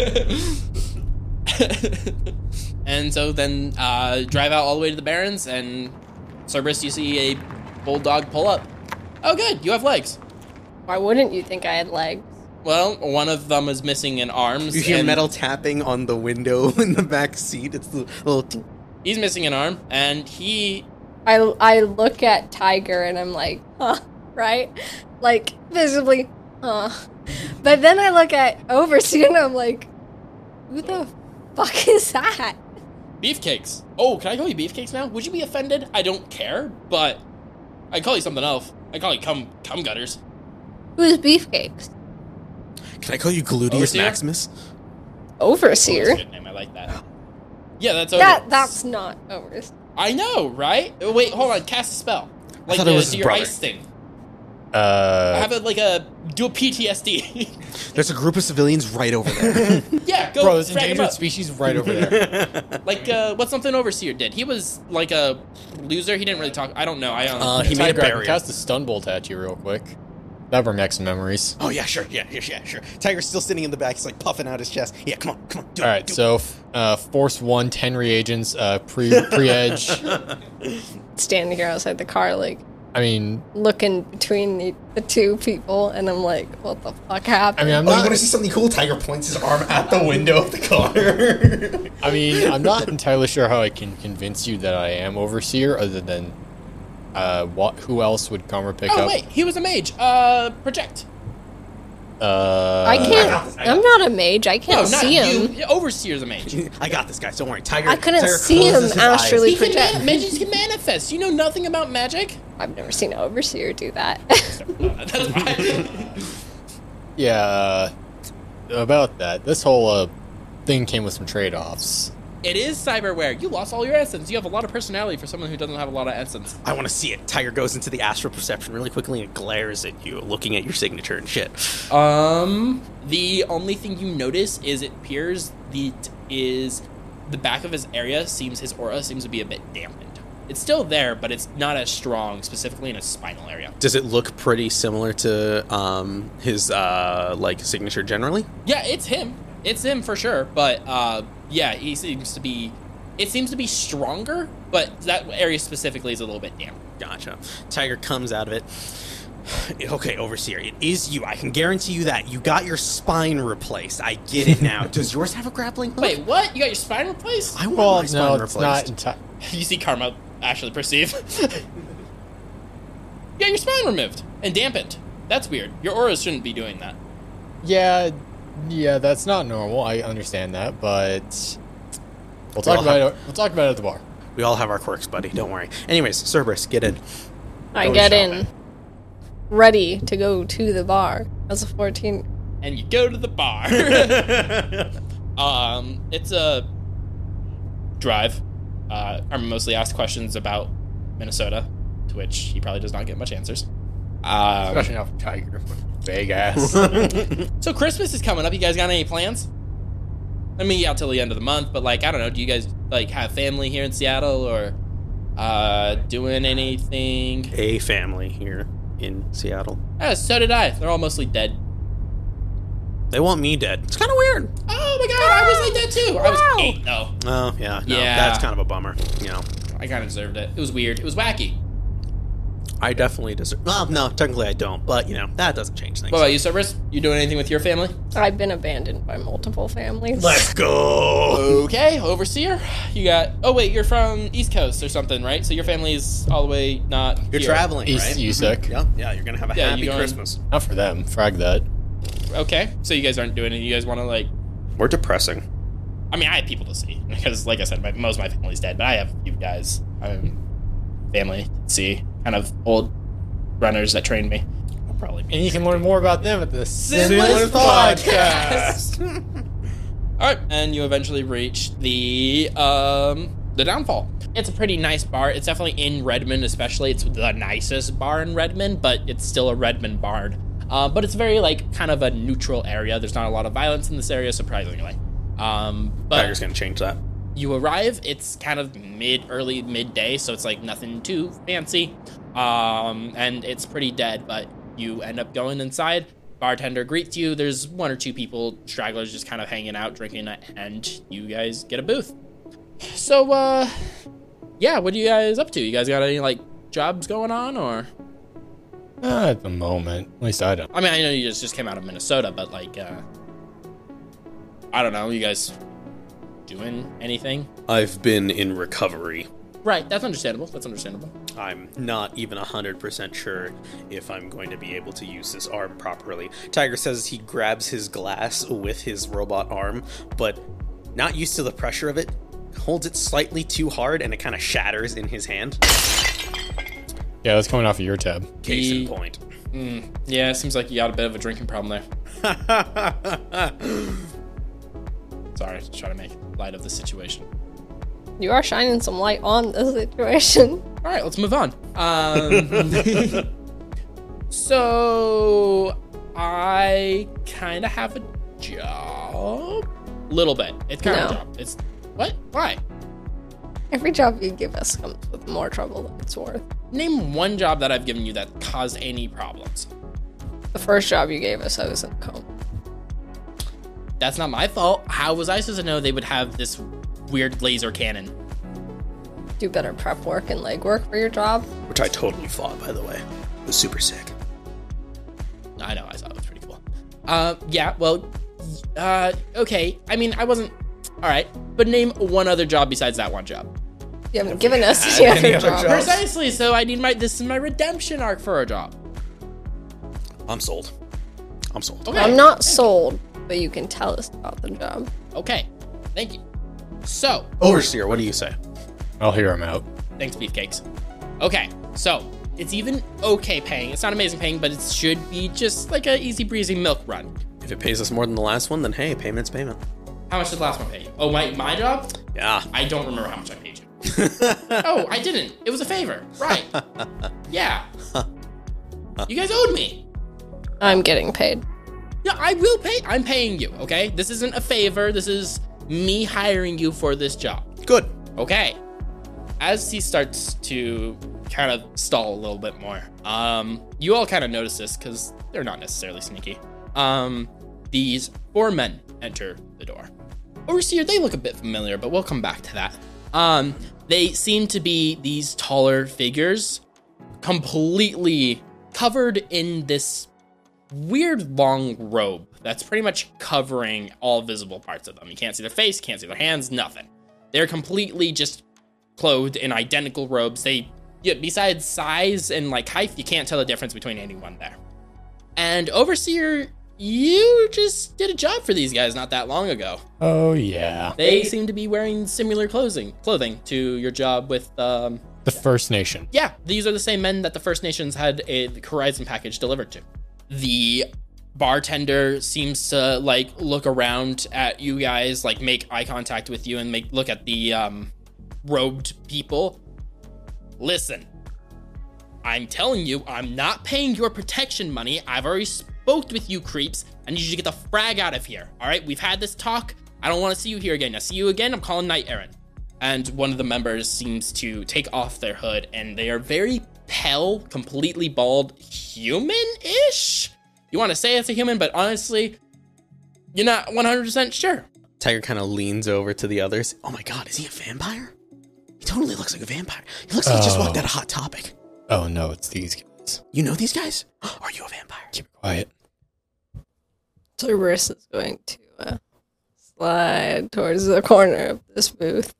S1: and so then uh, drive out all the way to the Barrens, and Cerberus, you see a bulldog pull up. Oh, good, you have legs.
S3: Why wouldn't you think I had legs?
S1: Well, one of them is missing an arm.
S2: You hear
S1: and
S2: metal tapping on the window in the back seat. It's the little. ting.
S1: He's missing an arm, and he.
S3: I, I look at Tiger and I'm like, huh, right? Like, visibly, huh. But then I look at Overseer and I'm like, who the fuck is that?
S1: Beefcakes. Oh, can I call you Beefcakes now? Would you be offended? I don't care, but I call you something else. I call you cum cum gutters.
S3: Who's Beefcakes?
S2: Can I call you Gluteus
S1: Overseer?
S2: Maximus?
S1: That's a
S3: Overseer?
S1: good name. I like that. Yeah, that's over.
S3: That That's not Overseer.
S1: I know, right? Oh, Wait, hold on. Cast a spell. Like
S2: thought it
S1: the-
S2: was
S1: do
S2: his
S1: your
S2: brother.
S1: ice thing. I
S4: Uh,
S1: have a, like a do a PTSD.
S2: There's a group of civilians right over there.
S1: yeah, go.
S4: bro, there's an
S1: drag him
S4: endangered
S1: up.
S4: species right over there.
S1: Like uh, what something overseer did. He was like a loser. He didn't really talk. I don't know. I don't.
S2: Uh, he made a
S4: Tiger, I can
S2: barrier.
S4: cast a stun bolt at you real quick. That bring back some memories.
S2: Oh yeah, sure, yeah, yeah, yeah, sure. Tiger's still sitting in the back. He's like puffing out his chest. Yeah, come on, come on, do
S4: All
S2: it.
S4: right,
S2: do
S4: so f- uh, force one, 10 reagents, uh, pre pre edge.
S3: Standing here outside the car, like,
S4: I mean,
S3: looking between the, the two people, and I'm like, what the fuck happened?
S4: I mean, I'm
S2: Oh, you
S4: not.
S2: want to see something cool? Tiger points his arm at the window of the car.
S4: I mean, I'm not entirely sure how I can convince you that I am overseer, other than uh, what? Who else would Karma pick
S1: oh
S4: up?
S1: wait, he was a mage. Uh, project.
S4: Uh,
S3: I can't. I'm not a mage. I can't
S1: No, not
S3: see him.
S1: you. Overseer's a mage.
S2: I got this, guys. Don't worry. Tiger.
S3: I couldn't
S2: Tiger
S3: see him
S2: closes his eyes.
S3: astrally
S1: He can
S3: project.
S1: man- mages can manifest. You know nothing about magic.
S3: I've never seen an overseer do that.
S1: That's why.
S4: Yeah, uh, about that. This whole uh, thing came with some trade-offs.
S1: it is cyberware. You lost all your essence. You have a lot of personality for someone who doesn't have a lot of essence.
S2: I want to see it. Tiger goes into the astral perception really quickly and glares at you, looking at your signature and shit.
S1: Um, the only thing you notice is it appears the is the back of his area seems his aura seems to be a bit dampened. It's still there, but it's not as strong, specifically in his spinal area.
S2: Does it look pretty similar to um, his uh, like signature generally?
S1: Yeah, it's him. It's him for sure. But uh, yeah, he seems to be. It seems to be stronger, but that area specifically is a little bit damp.
S2: Gotcha. Tiger comes out of it. Okay, Overseer, it is you. I can guarantee you that. You got your spine replaced. I get it now. Does yours have a grappling hook?
S1: Wait, what? You got your spine replaced?
S2: I want
S4: Well,
S2: my spine
S4: no, it's
S2: replaced.
S4: not enti-
S1: You see Karma actually perceive. yeah, your spine removed and dampened. That's weird. Your aura shouldn't be doing that.
S4: Yeah, yeah, that's not normal. I understand that, but we'll
S2: Well,
S4: talk about it. We'll talk about it at the bar.
S2: we all have our quirks, buddy. Don't worry. Anyways, Cerberus, get in.
S3: I
S2: Go
S3: get
S2: shop
S3: in, ready to go to the bar as a 14.
S1: And you go to the bar. um, it's a drive. uh, are mostly asked questions about Minnesota, to which he probably does not get much answers. Um,
S4: Especially off Tiger. Vague ass.
S1: so Christmas is coming up. You guys got any plans? I mean, out till the end of the month, but like I don't know. Do you guys like have family here in Seattle or uh, doing anything?
S2: A family here in Seattle.
S1: Uh, so did I. They're all mostly dead.
S2: They want me dead. It's kind of weird.
S1: Oh my god, I was like that too. I was eight though.
S2: Oh yeah, no,
S1: Yeah.
S2: that's kind of a bummer. You know,
S1: I kind of deserved it. It was weird. It was wacky.
S2: I definitely deserve. Well, no, technically I don't, but you know that doesn't change things.
S1: What about you, Cerberus? You doing anything with your family?
S3: I've been abandoned by multiple families.
S2: Let's go.
S1: Okay, overseer. You got. Oh wait, you're from East Coast or something, right? So your family's all the way not.
S2: You're
S1: here.
S2: traveling,
S4: East
S2: right? Mm-hmm.
S4: Usick.
S2: Yeah, yeah. You're gonna have a
S1: Yeah,
S2: happy
S1: you going-
S2: Christmas.
S4: Not for them. Frag that.
S1: Okay, so you guys aren't doing it. You guys want to like.
S2: We're depressing.
S1: I mean, I have people to see because, like I said, my, most of my family's dead, but I have you guys. I'm family to see, kind of old runners that trained me.
S2: I'll probably be
S4: And you can learn more about them at the
S1: Sinless
S4: Sinless Podcast.
S1: All right, and you eventually reach the um the downfall. It's a pretty nice bar. It's definitely in Redmond, especially. It's the nicest bar in Redmond, but it's still a Redmond barn. Uh, but it's very like kind of a neutral area. There's not a lot of violence in this area, surprisingly. Um, but
S2: Tiger's gonna change that.
S1: you arrive it's kind of mid early midday so it's like nothing too fancy um and it's pretty dead but you end up going inside bartender greets you there's one or two people stragglers just kind of hanging out drinking and you guys get a booth so uh yeah what are you guys up to you guys got any like jobs going on or
S4: Not at the moment. At least I don't.
S1: i mean i know you just just came out of minnesota but like uh i don't know you guys doing anything
S2: I've been in recovery.
S1: right that's understandable that's understandable
S2: I'm not even 100% sure if I'm going to be able to use this arm properly. Tiger says he grabs his glass with his robot arm, but not used to the pressure of it, holds it slightly too hard and it kind of shatters in his hand.
S4: Yeah, that's coming off of your tab.
S2: Case
S1: Ye-
S2: in point.
S1: Yeah, it seems like you got a bit of a drinking problem there. Sorry, just trying to make light of the situation.
S3: You are shining some light on the situation.
S1: All right, let's move on. Um, so I kind of have a job, little bit. It's kind of
S3: No.
S1: a job. It's what? Why?
S3: Every job you give us comes with more trouble than it's worth.
S1: Name one job that I've given you that caused any problems.
S3: The first job you gave us, I was in coma.
S1: That's not my fault. How was I supposed to know they would have this weird laser cannon?
S3: Do better prep work and leg work for your job.
S2: Which I totally fought, by the way. It was super sick.
S1: I know, I thought it was pretty cool. Uh, yeah, well, uh, okay. I mean, I wasn't. All right, but name one other job besides that one job.
S3: You haven't given us the other
S2: other
S3: job.
S2: jobs?
S1: Precisely. So I need my. This is my redemption arc for a job.
S2: I'm sold. I'm sold.
S1: Okay.
S3: I'm not sold, but you can tell us about the job.
S1: Okay. Thank you. So
S2: Overseer, what do you say?
S4: I'll hear him out.
S1: thanks, beefcakes. Okay. So it's even okay paying. It's not amazing paying, but it should be just like a easy breezy milk run.
S2: If it pays us more than the last one, then hey, payment's payment.
S1: How much did the last one pay you? Oh, my my job.
S2: Yeah.
S1: I don't remember how much I paid you. oh, I didn't. It was a favor. Right. Yeah. You guys owed me.
S3: I'm getting paid.
S1: Yeah, I will pay. I'm paying you, okay? This isn't a favor. This is me hiring you for this job.
S2: Good.
S1: Okay. As he starts to kind of stall a little bit more, um, you all kind of notice this because they're not necessarily sneaky. Um, these four men enter the door. Overseer, they look a bit familiar, but we'll come back to that. Um, they seem to be these taller figures, completely covered in this weird long robe that's pretty much covering all visible parts of them. You can't see their face, can't see their hands, nothing. They're completely just clothed in identical robes. They, yeah, besides size and like height, you can't tell the difference between anyone there. And Overseer, you just did a job for these guys not that long ago.
S4: Oh, yeah.
S1: They seem to be wearing similar clothing, clothing to your job with. Um,
S4: The First Nation.
S1: yeah, these are the same men that the First Nations had a the Horizon package delivered to. The bartender seems to like look around at you guys, like make eye contact with you, and make look at the um robed people. Listen, I'm telling you, I'm not paying your protection money. I've already spoke with you creeps. I need you to get the frag out of here. All right, we've had this talk. I don't want to see you here again. I see you again. I'm calling Night Errant. And one of the members seems to take off their hood, and they are very pale, completely bald, human-ish. You want to say it's a human, but honestly, you're not 100% sure.
S2: Tiger kind of leans over to the others. Oh my god, is he a vampire? He totally looks like a vampire. He looks like he just walked
S4: Oh.
S2: out of Hot Topic.
S4: Oh no, it's these guys.
S2: You know these guys? Are you a vampire?
S4: Keep it quiet.
S8: Cerberus is going to uh, slide towards the corner of this booth,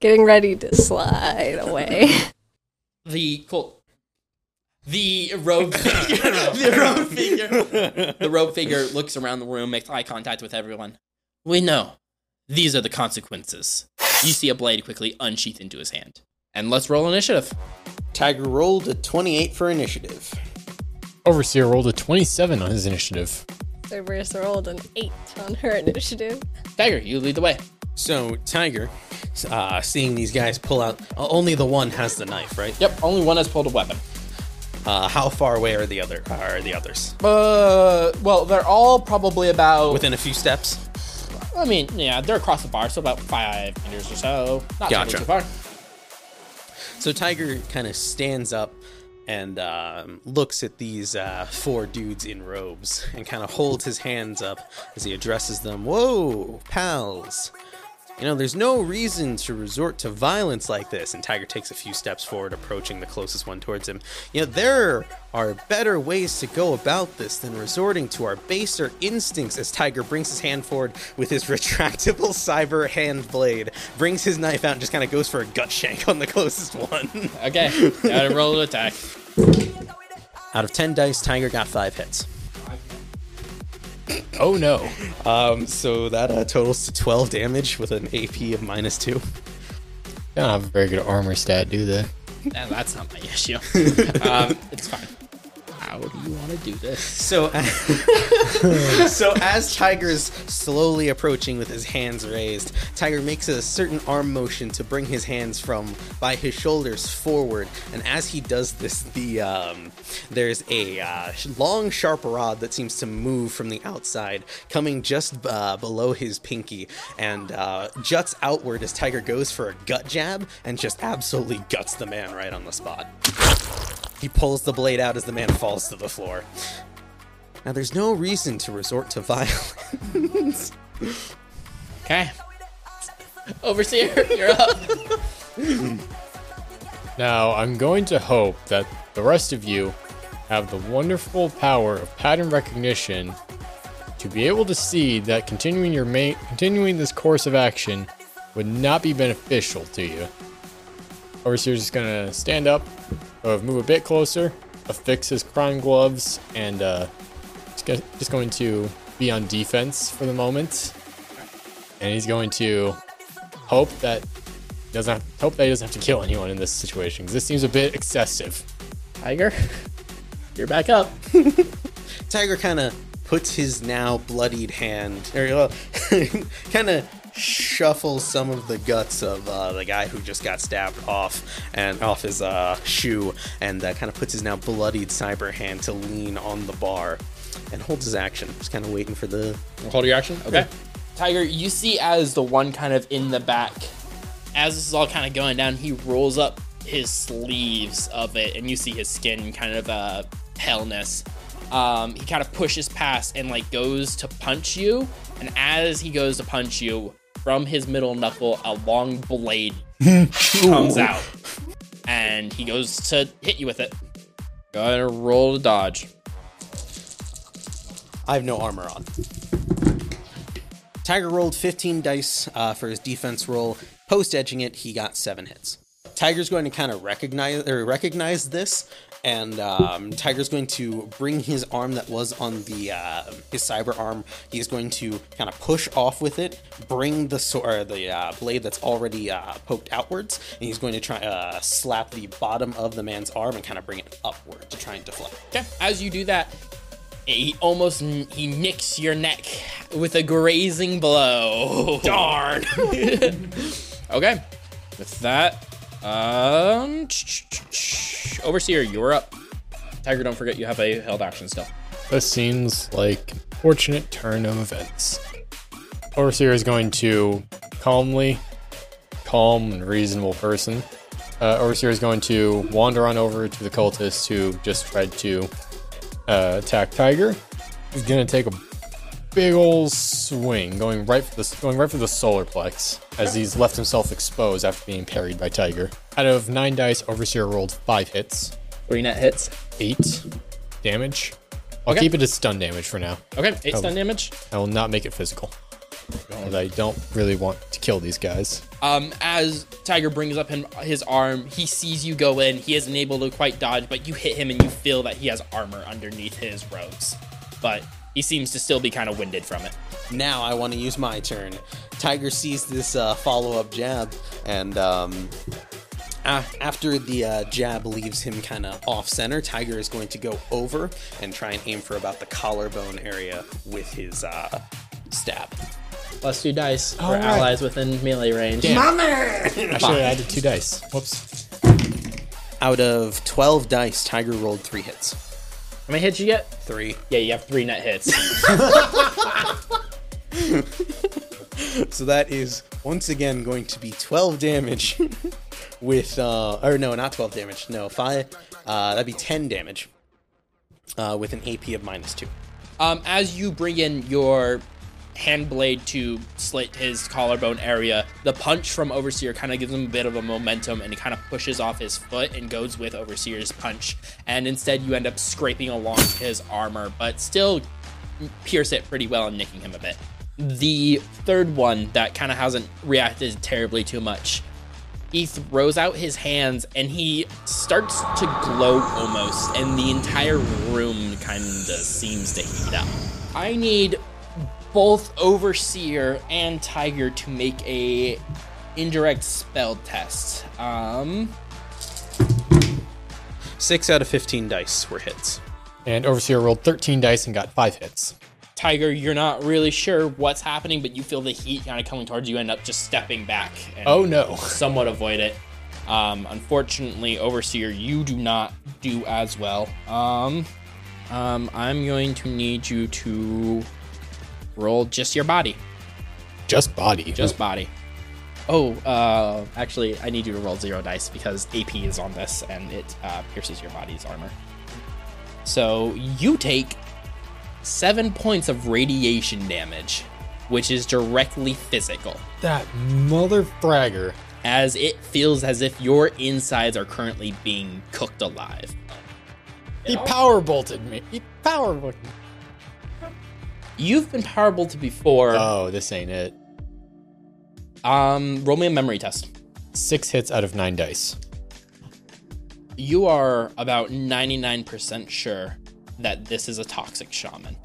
S8: getting ready to slide away.
S1: the cool the robe figure, the robe figure the robe figure looks around the room makes eye contact with everyone we know these are the consequences you see a blade quickly unsheath into his hand and let's roll initiative
S2: Tiger rolled a 28 for initiative.
S4: Overseer rolled a 27 on his initiative.
S8: Cerberus rolled an 8 on her initiative.
S1: tiger you lead the way
S2: So, Tiger, uh, seeing these guys pull out, uh, only the one has the knife, right?
S1: yep only one has pulled a weapon
S2: Uh, how far away are the other are the others?
S1: uh well they're all probably about
S2: Within a few steps.
S1: i mean yeah they're across the bar so about five meters or so not totally
S2: Gotcha.
S1: too far
S2: So Tiger kind of stands up and um, looks at these uh, four dudes in robes and kind of holds his hands up as he addresses them. Whoa, pals! You know, there's no reason to resort to violence like this. And Tiger takes a few steps forward, approaching the closest one towards him. You know, there are better ways to go about this than resorting to our baser instincts. As Tiger brings his hand forward with his retractable cyber hand blade, brings his knife out, and just kind of goes for a gut shank on the closest one.
S1: okay gotta roll an attack
S2: out of 10 dice, Tiger got five hits.
S4: Oh no.
S2: Um, so that uh, totals to 12 damage with an AP of minus two.
S4: They don't have a very good armor stat, do they?
S1: Eh, that's not my issue um, it's fine how do you want to do this
S2: So, so as Tiger's slowly approaching with his hands raised, Tiger makes a certain arm motion to bring his hands from by his shoulders forward. And as he does this, the um, there's a uh, sh- long, sharp rod that seems to move from the outside, coming just uh, below his pinky, and uh, juts outward as Tiger goes for a gut jab and just absolutely guts the man right on the spot. He pulls the blade out as the man falls to the floor. Now, there's no reason to resort to violence.
S1: Okay. Overseer, you're up.
S4: Now, I'm going to hope that the rest of you have the wonderful power of pattern recognition to be able to see that continuing your main continuing this course of action would not be beneficial to you. Overseer's just gonna stand up, uh, move a bit closer, affix his crime gloves, and uh, just, go- just going to be on defense for the moment. And he's going to hope that doesn't have, hope that he doesn't have to kill anyone in this situation 'cause this seems a bit excessive.
S1: Tiger, you're back up.
S2: Tiger kind of puts his now bloodied hand, or kind of shuffles some of the guts of uh, the guy who just got stabbed off and off his uh, shoe, and uh, kind of puts his now bloodied cyber hand to lean on the bar and holds his action. Just kind of waiting for the
S1: Hold your action. Okay. Tiger, you see as the one kind of in the back, as this is all kind of going down, he rolls up his sleeves of it, and you see his skin kind of uh, paleness. Um, he kind of pushes past and like goes to punch you, and as he goes to punch you, from his middle knuckle, a long blade comes out, and he goes to hit you with it. Go ahead and roll to dodge.
S2: I have no armor on. Tiger rolled 15 dice uh, for his defense roll. Post edging it, he got seven hits. Tiger's going to kind of recognize or recognize this, and um, Tiger's going to bring his arm that was on the uh, his cyber arm. He's going to kind of push off with it, bring the sword, or the uh, blade that's already uh, poked outwards, and he's going to try uh, slap the bottom of the man's arm and kind of bring it upward to try and deflect.
S1: Okay. As you do that, he almost he nicks your neck with a grazing blow. Darn. okay. with that, um, Overseer, you're up. Tiger, don't forget you have a held action still.
S4: This seems like an fortunate turn of events. Overseer is going to calmly, calm and reasonable person. Uh, Overseer is going to wander on over to the cultist who just tried to uh, attack Tiger. He's going to take a big old swing, going right for the going right for the solar plex as he's left himself exposed after being parried by Tiger. Out of nine dice, Overseer rolled five hits,
S1: Three net hits.
S4: eight damage. I'll
S1: Okay.
S4: keep it as stun damage for now.
S1: Okay, eight stun damage.
S4: I will not make it physical. And I don't really want to kill these guys.
S1: Um, as Tiger brings up him, his arm, he sees you go in. He isn't able to quite dodge, but you hit him and you feel that he has armor underneath his robes. But he seems to still be kind of winded from it.
S2: Now I want to use my turn. Tiger sees this uh, follow-up jab, and um, a- after the uh, jab leaves him kind of off center, Tiger is going to go over and try and aim for about the collarbone area with his uh, stab.
S9: Plus two dice for allies within melee range.
S4: Actually, I added two dice. Whoops.
S2: Out of twelve dice, Tiger rolled three hits.
S9: How many hits you get?
S2: Three.
S9: Yeah, you have three net hits.
S2: So that is once again going to be 12 damage with uh or no, not 12 damage. No, 5 uh that'd be 10 damage uh with an AP of minus 2.
S1: Um, as you bring in your hand blade to slit his collarbone area, the punch from Overseer kind of gives him a bit of a momentum and it kind of pushes off his foot and goes with Overseer's punch. And instead, you end up scraping along his armor, but still pierce it pretty well and nicking him a bit. The third one that kind of hasn't reacted terribly too much he throws out his hands and he starts to glow almost, and the entire room kind of seems to heat up. I need both Overseer and Tiger to make a indirect spell test. Um,
S2: 6 out of 15 dice were hits.
S4: And Overseer rolled 13 dice and got five hits.
S1: Tiger, you're not really sure what's happening, but you feel the heat kind of coming towards you. End up just stepping back. And
S4: Oh, no.
S1: Somewhat avoid it. Um, unfortunately, Overseer, you do not do as well. Um, um, I'm going to need you to roll just your body,
S4: Just body.
S1: just body. Oh, uh, actually, I need you to roll zero dice because AP is on this and it uh, pierces your body's armor. So you take seven points of radiation damage, which is directly physical,
S4: that motherfragger.
S1: as it feels as if your insides are currently being cooked alive.
S4: He power bolted me. He power bolted me.
S1: You've been power bolted before.
S4: Oh, this ain't it.
S1: um, roll me a memory test.
S4: Six hits out of nine dice.
S1: You are about 99% sure that this is a toxic shaman.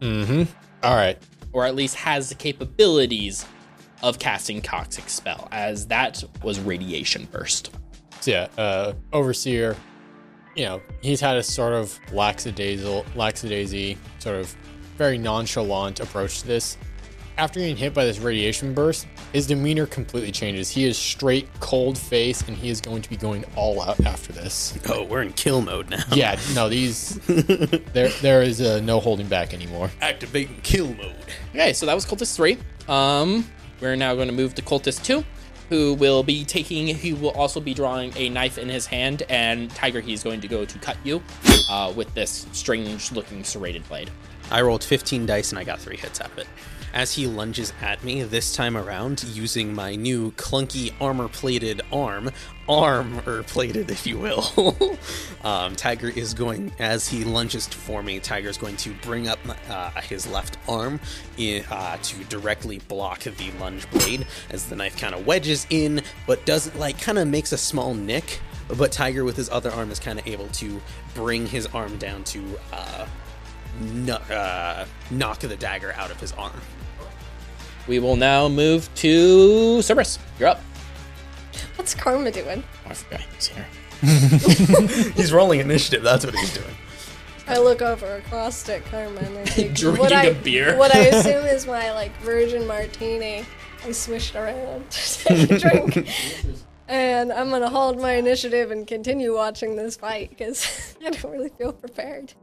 S4: Mm-hmm. All right.
S1: or at least has the capabilities of casting toxic spell as that was radiation burst
S4: So yeah, uh, overseer. You know, he's had a sort of lackadaisical, lackadaisy, sort of very nonchalant approach to this. After getting hit by this radiation burst, his demeanor completely changes. He is straight, cold face, and he is going to be going all out after this.
S2: Oh, we're in kill mode now.
S4: Yeah, no, these there there is uh, no holding back anymore.
S2: Activating kill mode.
S1: okay so that was cultist 3 um we're now going to move to cultist 2 who will be taking he will also be drawing a knife in his hand and tiger he's going to go to cut you uh, with this strange looking serrated blade
S2: I rolled 15 dice and I got 3 hits out of it. As he lunges at me this time around using my new clunky armor-plated arm, armor-plated if you will. um, Tiger is going as he lunges for me. Tiger is going to bring up uh, his left arm i- uh, to directly block the lunge blade as the knife kind of wedges in, but doesn't like kind of makes a small nick. But Tiger with his other arm is kind of able to bring his arm down to uh, no, uh, knock the dagger out of his arm.
S1: we will now move to cerberus you're up Oh,
S3: What's Karma doing?
S1: i forgot he was here
S2: He's rolling initiative. That's what he's doing.
S3: I look over across at Karma and I'm like,
S1: Drinking
S3: what I-
S1: a beer.
S3: what I assume is my like virgin martini.
S8: I swished around to take a drink. and I'm gonna hold my initiative and continue watching this fight because I don't really feel prepared.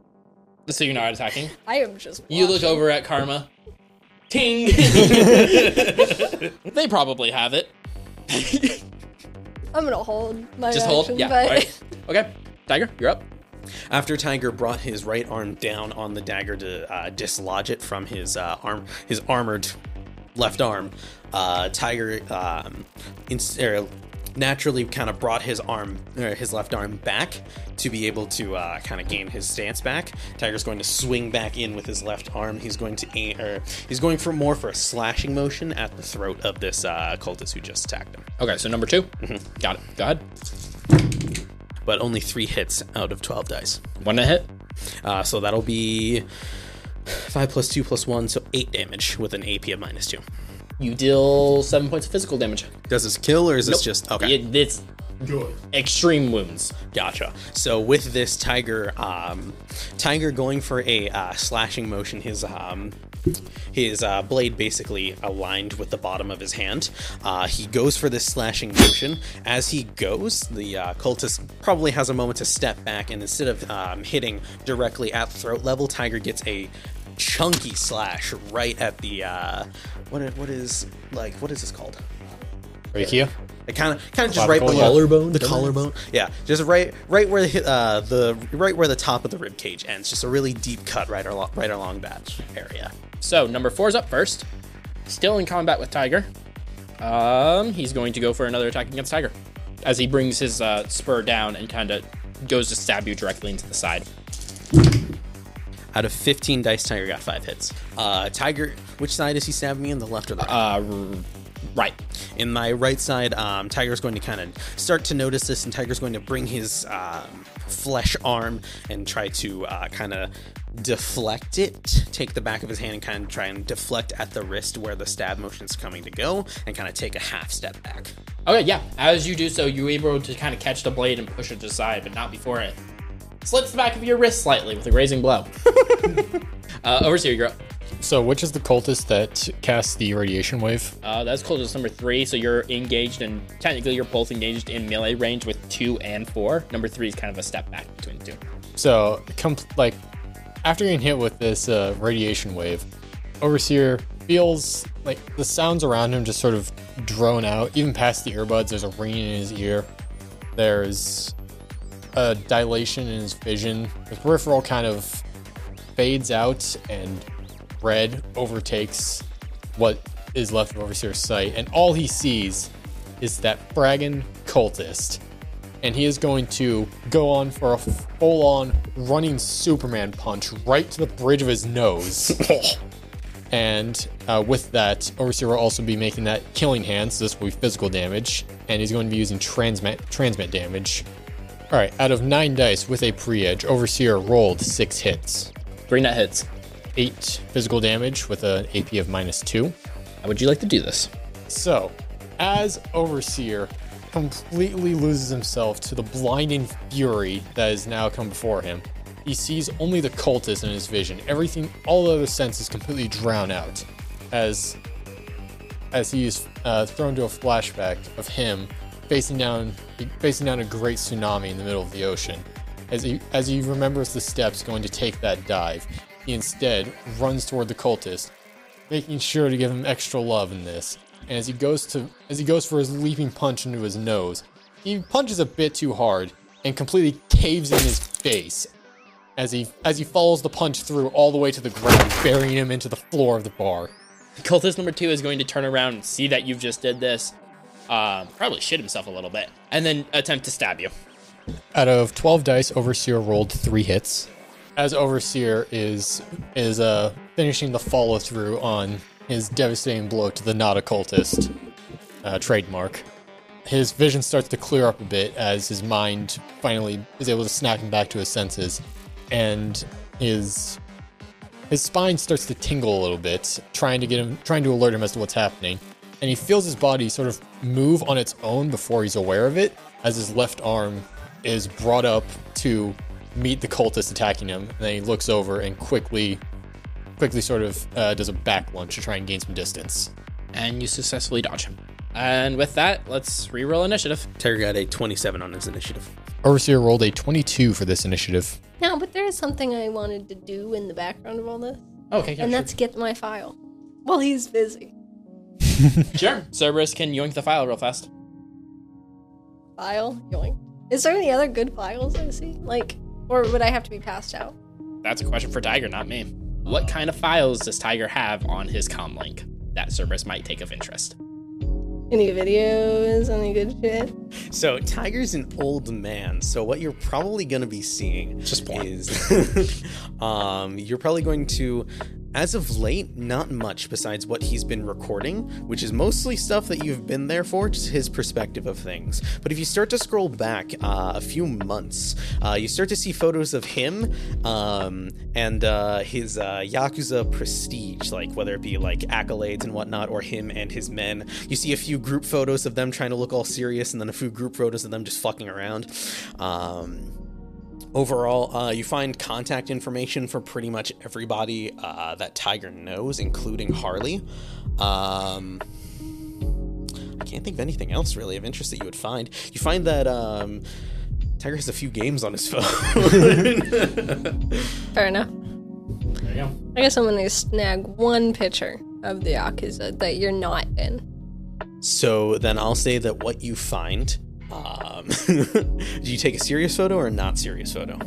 S1: So you're not attacking.
S8: I am just.
S1: You look
S8: watching.
S1: over at Karma. Ting. they probably have it.
S8: I'm gonna hold my
S1: Just
S8: action,
S1: hold. Yeah.
S8: but
S1: all right. Okay. Tiger, you're up.
S2: After Tiger brought his right arm down on the dagger to uh, dislodge it from his uh, arm, his armored left arm, uh, Tiger um, inst- er, naturally kind of brought his arm, er, his left arm back to be able to uh, kind of gain his stance back. Tiger's going to swing back in with his left arm. He's going to aim, er, he's going for more for a slashing motion at the throat of this uh, cultist who just attacked him.
S1: Okay. So number 2
S4: Mm-hmm.
S1: Got it. Go ahead.
S2: But only three hits out of twelve dice.
S1: One to hit.
S2: Uh, so that'll be five plus two plus one, so eight damage with an AP of minus two.
S1: You deal seven points of physical damage.
S2: Does this kill or is this just okay?
S1: It, it's extreme wounds.
S2: Gotcha. So with this tiger, um, tiger going for a uh, slashing motion, his um, his uh, blade basically aligned with the bottom of his hand. Uh, he goes for this slashing motion. As he goes, the uh, cultist probably has a moment to step back, and instead of um, hitting directly at throat level, tiger gets a chunky slash right at the uh, what i- what is like what is this called?
S4: Rakia?
S2: It kind of, kind of just right
S4: Clavicle,
S2: below
S4: yeah.
S2: The collarbone, yeah, just right, right where the uh, the right where the top of the rib cage ends. Just a really deep cut right along, right along that area.
S1: So number four is up first. Still in combat with Tiger. Um, he's going to go for another attack against Tiger, as he brings his uh, spur down and kind of goes to stab you directly into the side.
S2: Out of 15 dice, Tiger got five hits. Uh, Tiger, which side is he stabbing me in? The left or the right?
S1: Uh, r- right.
S2: in my right side, um, Tiger's going to kind of start to notice this, and Tiger's going to bring his um, flesh arm and try to uh, kind of deflect it. Take the back of his hand and kind of try and deflect at the wrist where the stab motion's coming to go, and kind of take a half step back.
S1: Okay, yeah. As you do so, you're able to kind of catch the blade and push it to the side, but not before it slits the back of your wrist slightly with a grazing blow. uh, overseer, you're up.
S4: So, which is the cultist that casts the radiation wave?
S1: Uh, that's close to number three, so you're engaged and technically you're both engaged in melee range with two and four. Number three is kind of a step back between the two.
S4: So, com- like, after getting hit with this uh, radiation wave, Overseer feels like the sounds around him just sort of drone out, even past the earbuds. There's a ringing in his ear. There's a dilation in his vision. His peripheral kind of fades out, and red overtakes what is left of Overseer's sight. And all he sees is that bragging cultist and he is going to go on for a full on running Superman punch right to the bridge of his nose. and uh, with that, Overseer will also be making that killing hand, so this will be physical damage, and he's going to be using transmit, transmit damage. All right, out of nine dice with a pre edge, Overseer rolled six hits.
S1: Three net hits.
S4: Eight physical damage with an AP of minus two.
S1: How would you like to do this?
S4: So, as Overseer completely loses himself to the blinding fury that has now come before him, he sees only the cultist in his vision. Everything, all other senses completely drown out as as he is uh, thrown to a flashback of him facing down facing down a great tsunami in the middle of the ocean. As he as he remembers the steps going to take that dive, he instead runs toward the cultist, making sure to give him extra love in this. And as he goes to as he goes for his leaping punch into his nose, he punches a bit too hard and completely caves in his face as he as he follows the punch through all the way to the ground, burying him into the floor of the bar.
S1: Cultist number two is going to turn around and see that you've just did this. Um, probably shit himself a little bit, and then attempt to stab you.
S4: Out of 12 dice, Overseer rolled three hits. As Overseer is is uh, finishing the follow through on his devastating blow to the not occultist uh, trademark, his vision starts to clear up a bit as his mind finally is able to snap him back to his senses, and his his spine starts to tingle a little bit, trying to get him, trying to alert him as to what's happening. And he feels his body sort of move on its own before he's aware of it, as his left arm is brought up to meet the cultist attacking him. And then he looks over and quickly, quickly sort of uh, does a back lunge to try and gain some distance.
S1: and you successfully dodge him. And with that, let's reroll initiative.
S2: Tiger got a 27 on his initiative.
S4: Overseer rolled a 22 for this initiative.
S8: No, but there is something I wanted to do in the background of all this,
S1: Okay, yeah,
S8: and that's get my file. Well, he's busy.
S1: sure. Cerberus can yoink the file real fast.
S8: File, yoink. Is there any other good files I see? Like, or would I have to be passed out?
S1: That's a question for Tiger, not me. What kind of files does Tiger have on his comlink that Cerberus might take of interest?
S8: Any videos? Any good shit?
S2: So Tiger's an old man. So what you're probably going to be seeing
S1: Just porn.
S2: is, um, you're probably going to, as of late, not much besides what he's been recording, which is mostly stuff that you've been there for, just his perspective of things. But if you start to scroll back uh, a few months, uh, you start to see photos of him um, and uh, his uh, Yakuza prestige, like whether it be like accolades and whatnot, or him and his men. You see a few group photos of them trying to look all serious, and then a few group photos of them just fucking around. Um, Overall, uh, you find contact information for pretty much everybody uh, that Tiger knows, including Harley. Um, I can't think of anything else really of interest that you would find. You find that um, Tiger has a few games on his phone.
S8: Fair enough. I guess I'm gonna snag one picture of the Yakuza that you're not in.
S2: so then I'll say that what you find. Um, do you take a serious photo or a not serious photo?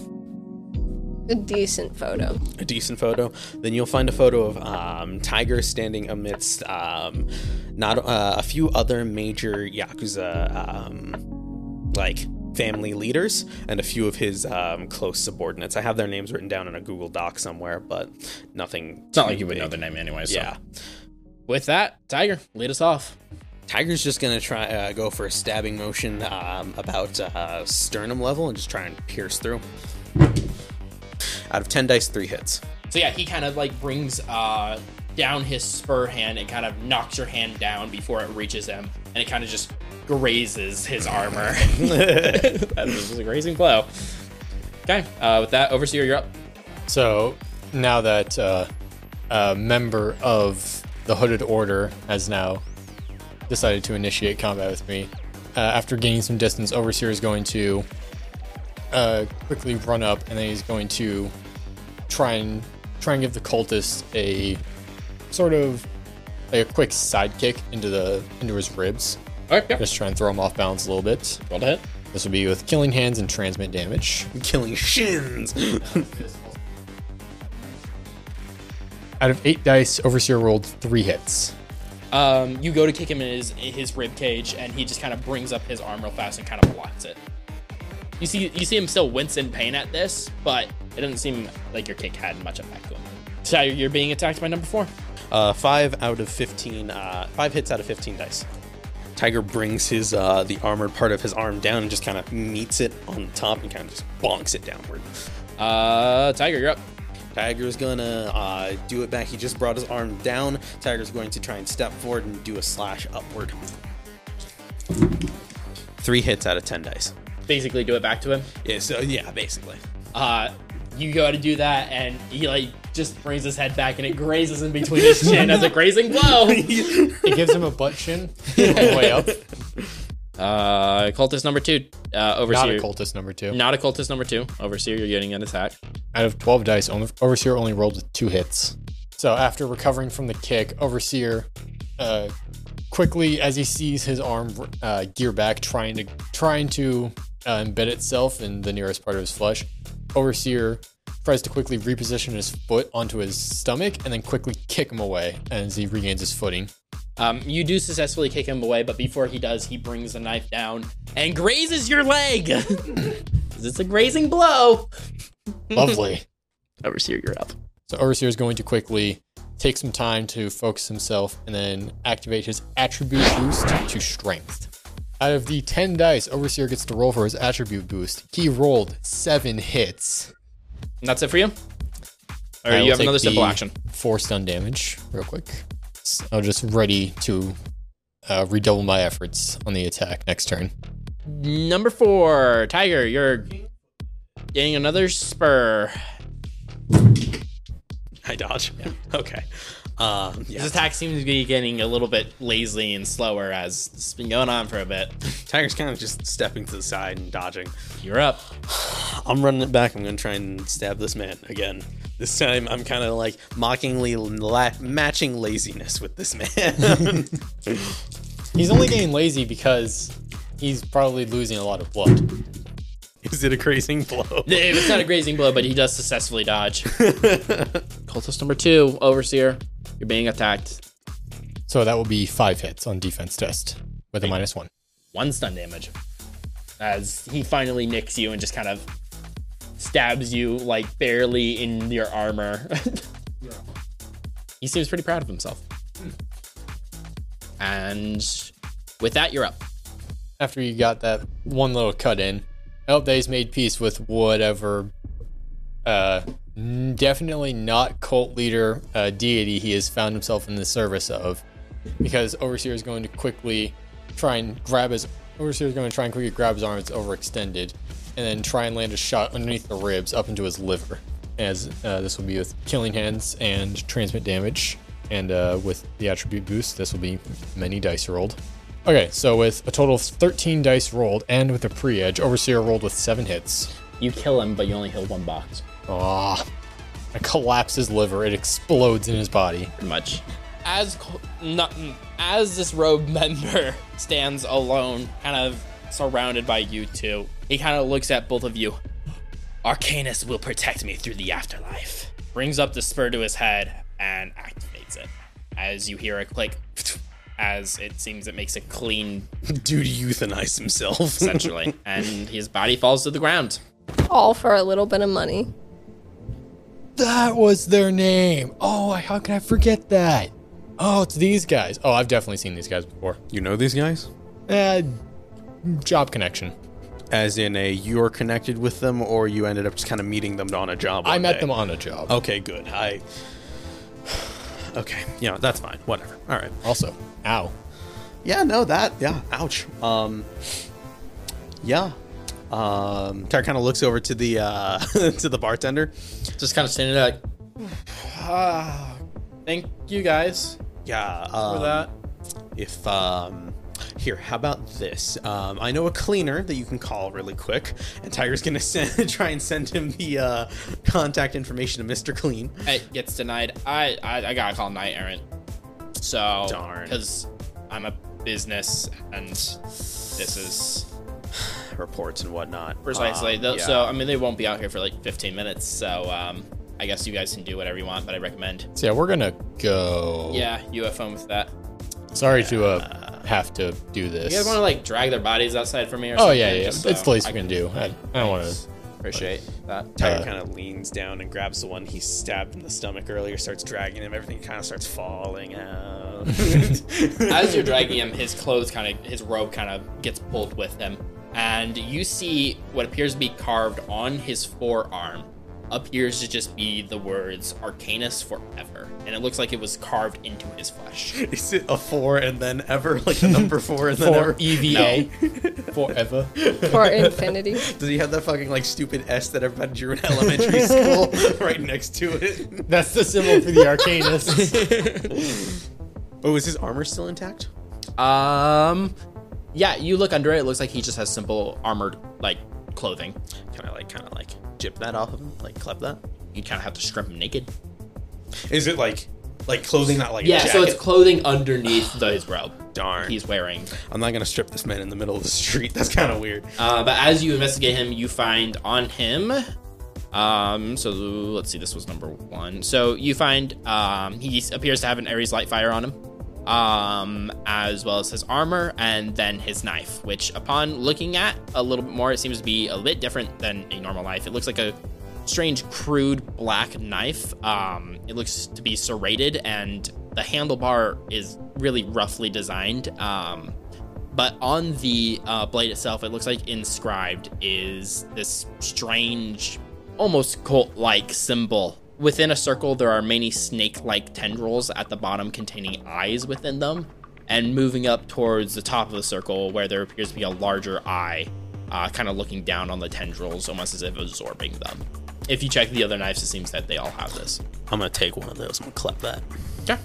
S8: A decent photo.
S2: a decent photo, then you'll find a photo of um, Tiger standing amidst um, not uh, a few other major yakuza um, like family leaders and a few of his um, close subordinates. I have their names written down in a Google Doc somewhere, but nothing.
S1: It's not like you would know the name anyway. So.
S2: Yeah,
S1: With that, Tiger, lead us off.
S2: Tiger's just gonna try uh, go for a stabbing motion um, about uh, sternum level and just try and pierce through. Out of ten dice, three hits.
S1: So yeah, he kind of like brings uh, down his spur hand and kind of knocks your hand down before it reaches him, and it kind of just grazes his armor. that was just a grazing blow. Okay, uh, with that, overseer, you're up.
S4: So now that uh, a member of the Hooded Order has now decided to initiate combat with me, uh, after gaining some distance, Overseer is going to uh, quickly run up, and then he's going to try and try and give the cultist a sort of like a quick sidekick into the into his ribs.
S1: Okay, yep.
S4: Just try and throw him off balance a little bit.
S1: roll to hit.
S4: This will be with killing hands and transmit damage.
S2: Killing shins.
S4: Out of eight dice, Overseer rolled three hits.
S1: Um, you go to kick him in his in his rib cage, and he just kind of brings up his arm real fast and kind of blocks it. You see, you see him still wince in pain at this, but it doesn't seem like your kick had much effect on him. So you're being attacked by number four.
S2: Uh, five out of fifteen. Uh, five hits out of fifteen dice. Tiger brings his uh, the armored part of his arm down and just kind of meets it on the top and kind of just bonks it downward.
S1: Uh, Tiger, you're up.
S2: Tiger's gonna uh, do it back. He just brought his arm down. Tiger's going to try and step forward and do a slash upward. Three hits out of ten dice.
S1: Basically, do it back to him.
S2: Yeah. So yeah, basically.
S1: Uh, you go to do that, and he like just brings his head back, and it grazes in between his chin as a grazing blow.
S4: It gives him a butt chin on the way up.
S1: Uh, cultist number two, uh,
S4: Not
S1: overseer.
S4: a cultist number two.
S1: Not a cultist number two, overseer. You're getting an attack.
S4: Out of 12 dice, only, Overseer only rolled with two hits. So after recovering from the kick, Overseer uh, quickly, as he sees his arm uh, gear back, trying to trying to uh, embed itself in the nearest part of his flesh, Overseer tries to quickly reposition his foot onto his stomach and then quickly kick him away as he regains his footing.
S1: Um, you do successfully kick him away, but before he does, he brings the knife down and grazes your leg. 'Cause it's a grazing blow.
S4: Lovely.
S1: Overseer, you're up.
S4: So Overseer is going to quickly take some time to focus himself and then activate his attribute boost to strength. Out of the 10 dice, Overseer gets to roll for his attribute boost. He rolled seven hits.
S1: And that's it for you. Or
S4: I will
S1: you have
S4: take
S1: another simple
S4: the
S1: action.
S4: Four stun damage, real quick. So I'm just ready to uh, redouble my efforts on the attack next turn.
S1: Number four, Tiger, you're getting another spur.
S2: I dodge. Okay. Uh, yeah.
S1: This attack seems to be getting a little bit lazy and slower as it's been going on for a bit.
S2: Tiger's kind of just stepping to the side and dodging.
S1: You're up.
S2: I'm running it back. I'm going to try and stab this man again. This time, I'm kind of like mockingly la- matching laziness with this man.
S4: He's only getting lazy because he's probably losing a lot of blood.
S2: Is it a grazing blow?
S1: If It's not a grazing blow, but he does successfully dodge. Cultist number two, Overseer, you're being attacked.
S4: So that will be five hits on defense test with a minus one.
S1: One stun damage. As he finally nicks you and just kind of stabs you, like barely in your armor. He seems pretty proud of himself. And with that, you're up.
S4: After you got that one little cut in, I hope that he's made peace with whatever. Uh, n- definitely not cult leader uh, deity he has found himself in the service of, because overseer is going to quickly try and grab his overseer is going to try and quickly grab his arm. It's overextended, and then try and land a shot underneath the ribs up into his liver. As uh, this will be with killing hands and transmit damage, and uh, with the attribute boost, this will be many dice rolled. Okay, so with a total of 13 dice rolled and with a pre edge, Overseer rolled with seven hits.
S1: You kill him, but you only heal one box,
S4: Ah. I collapse his liver. It explodes in his body.
S1: pretty much. As Col- not, as this rogue member stands alone, kind of surrounded by you two, he kind of looks at both of you. Arcanus will protect me through the afterlife. Brings up the spur to his head and activates it. As you hear a click, as it seems it makes a clean,
S2: Dude euthanized himself.
S1: essentially, and his body falls to the ground.
S3: All for a little bit of money.
S4: That was their name. Oh, I- how can I forget that? Oh, it's these guys. Oh, I've definitely seen these guys before.
S2: you know these guys?
S4: Uh, job connection.
S2: As in a you're connected with them, or you ended up just kind of meeting them on a job.
S4: I
S2: one
S4: met
S2: day?
S4: them on a job.
S2: Okay, good. I. Okay, yeah, that's fine. Whatever. All right.
S4: Also, ow.
S2: Yeah, no, that. Yeah, ouch. Um. Yeah. Um. Tar kind of looks over to the uh to the bartender.
S1: Just kind of standing there like, ah, thank you guys
S2: Yeah.
S1: for
S2: Um,
S1: that.
S2: If um. Here, how about this? Um, I know a cleaner that you can call really quick, and Tiger's gonna send, try and send him the uh, contact information to Mr. Clean.
S1: it gets denied. I I, I gotta call Knight Errant. So
S2: Darn.
S1: because I'm a business and this is
S2: Reports and whatnot.
S1: precisely
S2: Um,
S1: tho-
S2: yeah.
S1: so. I mean, they won't be out here for like 15 minutes. So um, I guess you guys can do whatever you want, but I recommend.
S4: So, yeah, we're gonna go.
S1: Yeah, UFO with that.
S4: Sorry to uh, have to do this.
S1: You guys want to like drag their bodies outside for me or
S4: oh,
S1: something?
S4: yeah, yeah.
S1: Just
S4: it's
S1: so
S4: the least
S1: I
S4: we can do. I, I don't want to.
S1: appreciate that.
S2: Tiger
S4: Uh,
S2: kind of leans down and grabs the one he stabbed in the stomach earlier, starts dragging him. Everything kind of starts falling out.
S1: as you're dragging him, his clothes kind of, his robe kind of gets pulled with him. And you see what appears to be carved on his forearm appears to just be the words Arcanus Forever. And it looks like it was carved into his flesh.
S2: Is it a four and then ever? Like the number four and then ever?
S1: E
S4: EVA forever.
S3: For infinity.
S2: Does he have that fucking like stupid S that everybody drew in elementary school right next to it?
S4: That's the symbol for the Arcanus.
S2: Oh, is his armor still intact?
S1: Um, yeah, you look under it. It looks like he just has simple armored, like, clothing.
S2: Can I like kind of like jip that off of him? Like clap that?
S1: You kind of have to strip him naked.
S2: Is it like like clothing not like a
S1: Yeah, so it's
S2: jacket?
S1: clothing underneath the, his robe
S2: darn.
S1: he's wearing.
S2: I'm not gonna strip this man in the middle of the street. That's kind of weird.
S1: Uh, but as you investigate him, you find on him. Um, so let's see, this was number one. So you find um, he appears to have an Ares light fire on him, um, as well as his armor and then his knife, which upon looking at a little bit more, it seems to be a bit different than a normal knife. It looks like a strange, crude black knife. Um, it looks to be serrated, and the handlebar is really roughly designed. Um, but on the uh, blade itself, it looks like inscribed is this strange, almost cult like symbol. Within a circle, there are many snake like tendrils at the bottom containing eyes within them. And moving up towards the top of the circle, where there appears to be a larger eye, uh, kind of looking down on the tendrils, almost as if absorbing them. If you check the other knives, it seems that they all have this.
S2: I'm gonna take one of those. I'm gonna clap that.
S1: Okay.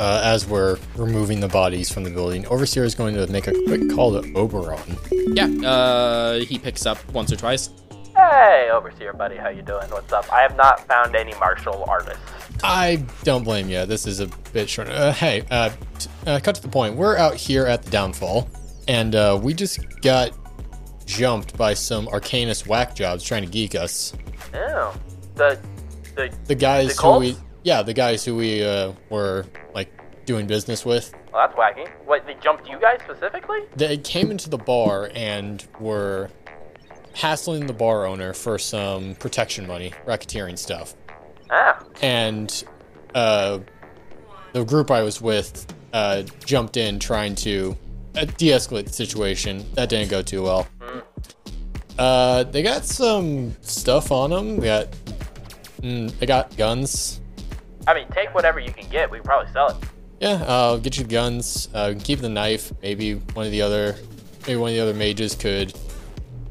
S4: uh, as we're removing the bodies from the building, Overseer is going to make a quick call to Oberon.
S1: Yeah, uh, he picks up once or twice.
S5: Hey, overseer buddy, how you doing? What's up? I have not found any martial artists.
S4: I don't blame you. This is a bit short. Uh, hey, uh, t- uh, cut to the point. We're out here at the downfall, and uh, we just got jumped by some arcanist whack jobs trying to geek us.
S5: Oh, the the
S4: The guys
S5: The
S4: who we,
S5: cults?
S4: yeah, the guys who we uh, were like doing business with.
S5: well, that's wacky. What they jumped you guys specifically?
S4: They came into the bar and were hassling the bar owner for some protection money, racketeering stuff.
S5: Ah,
S4: and uh, the group I was with uh, jumped in trying to uh, de-escalate the situation. That didn't go too well. Uh, they got some stuff on them. They got mm, they got guns.
S5: I mean, take whatever you can get. We can probably sell it.
S4: Yeah, I'll get you guns. Uh, we can keep the knife. Maybe one of the other, maybe one of the other mages could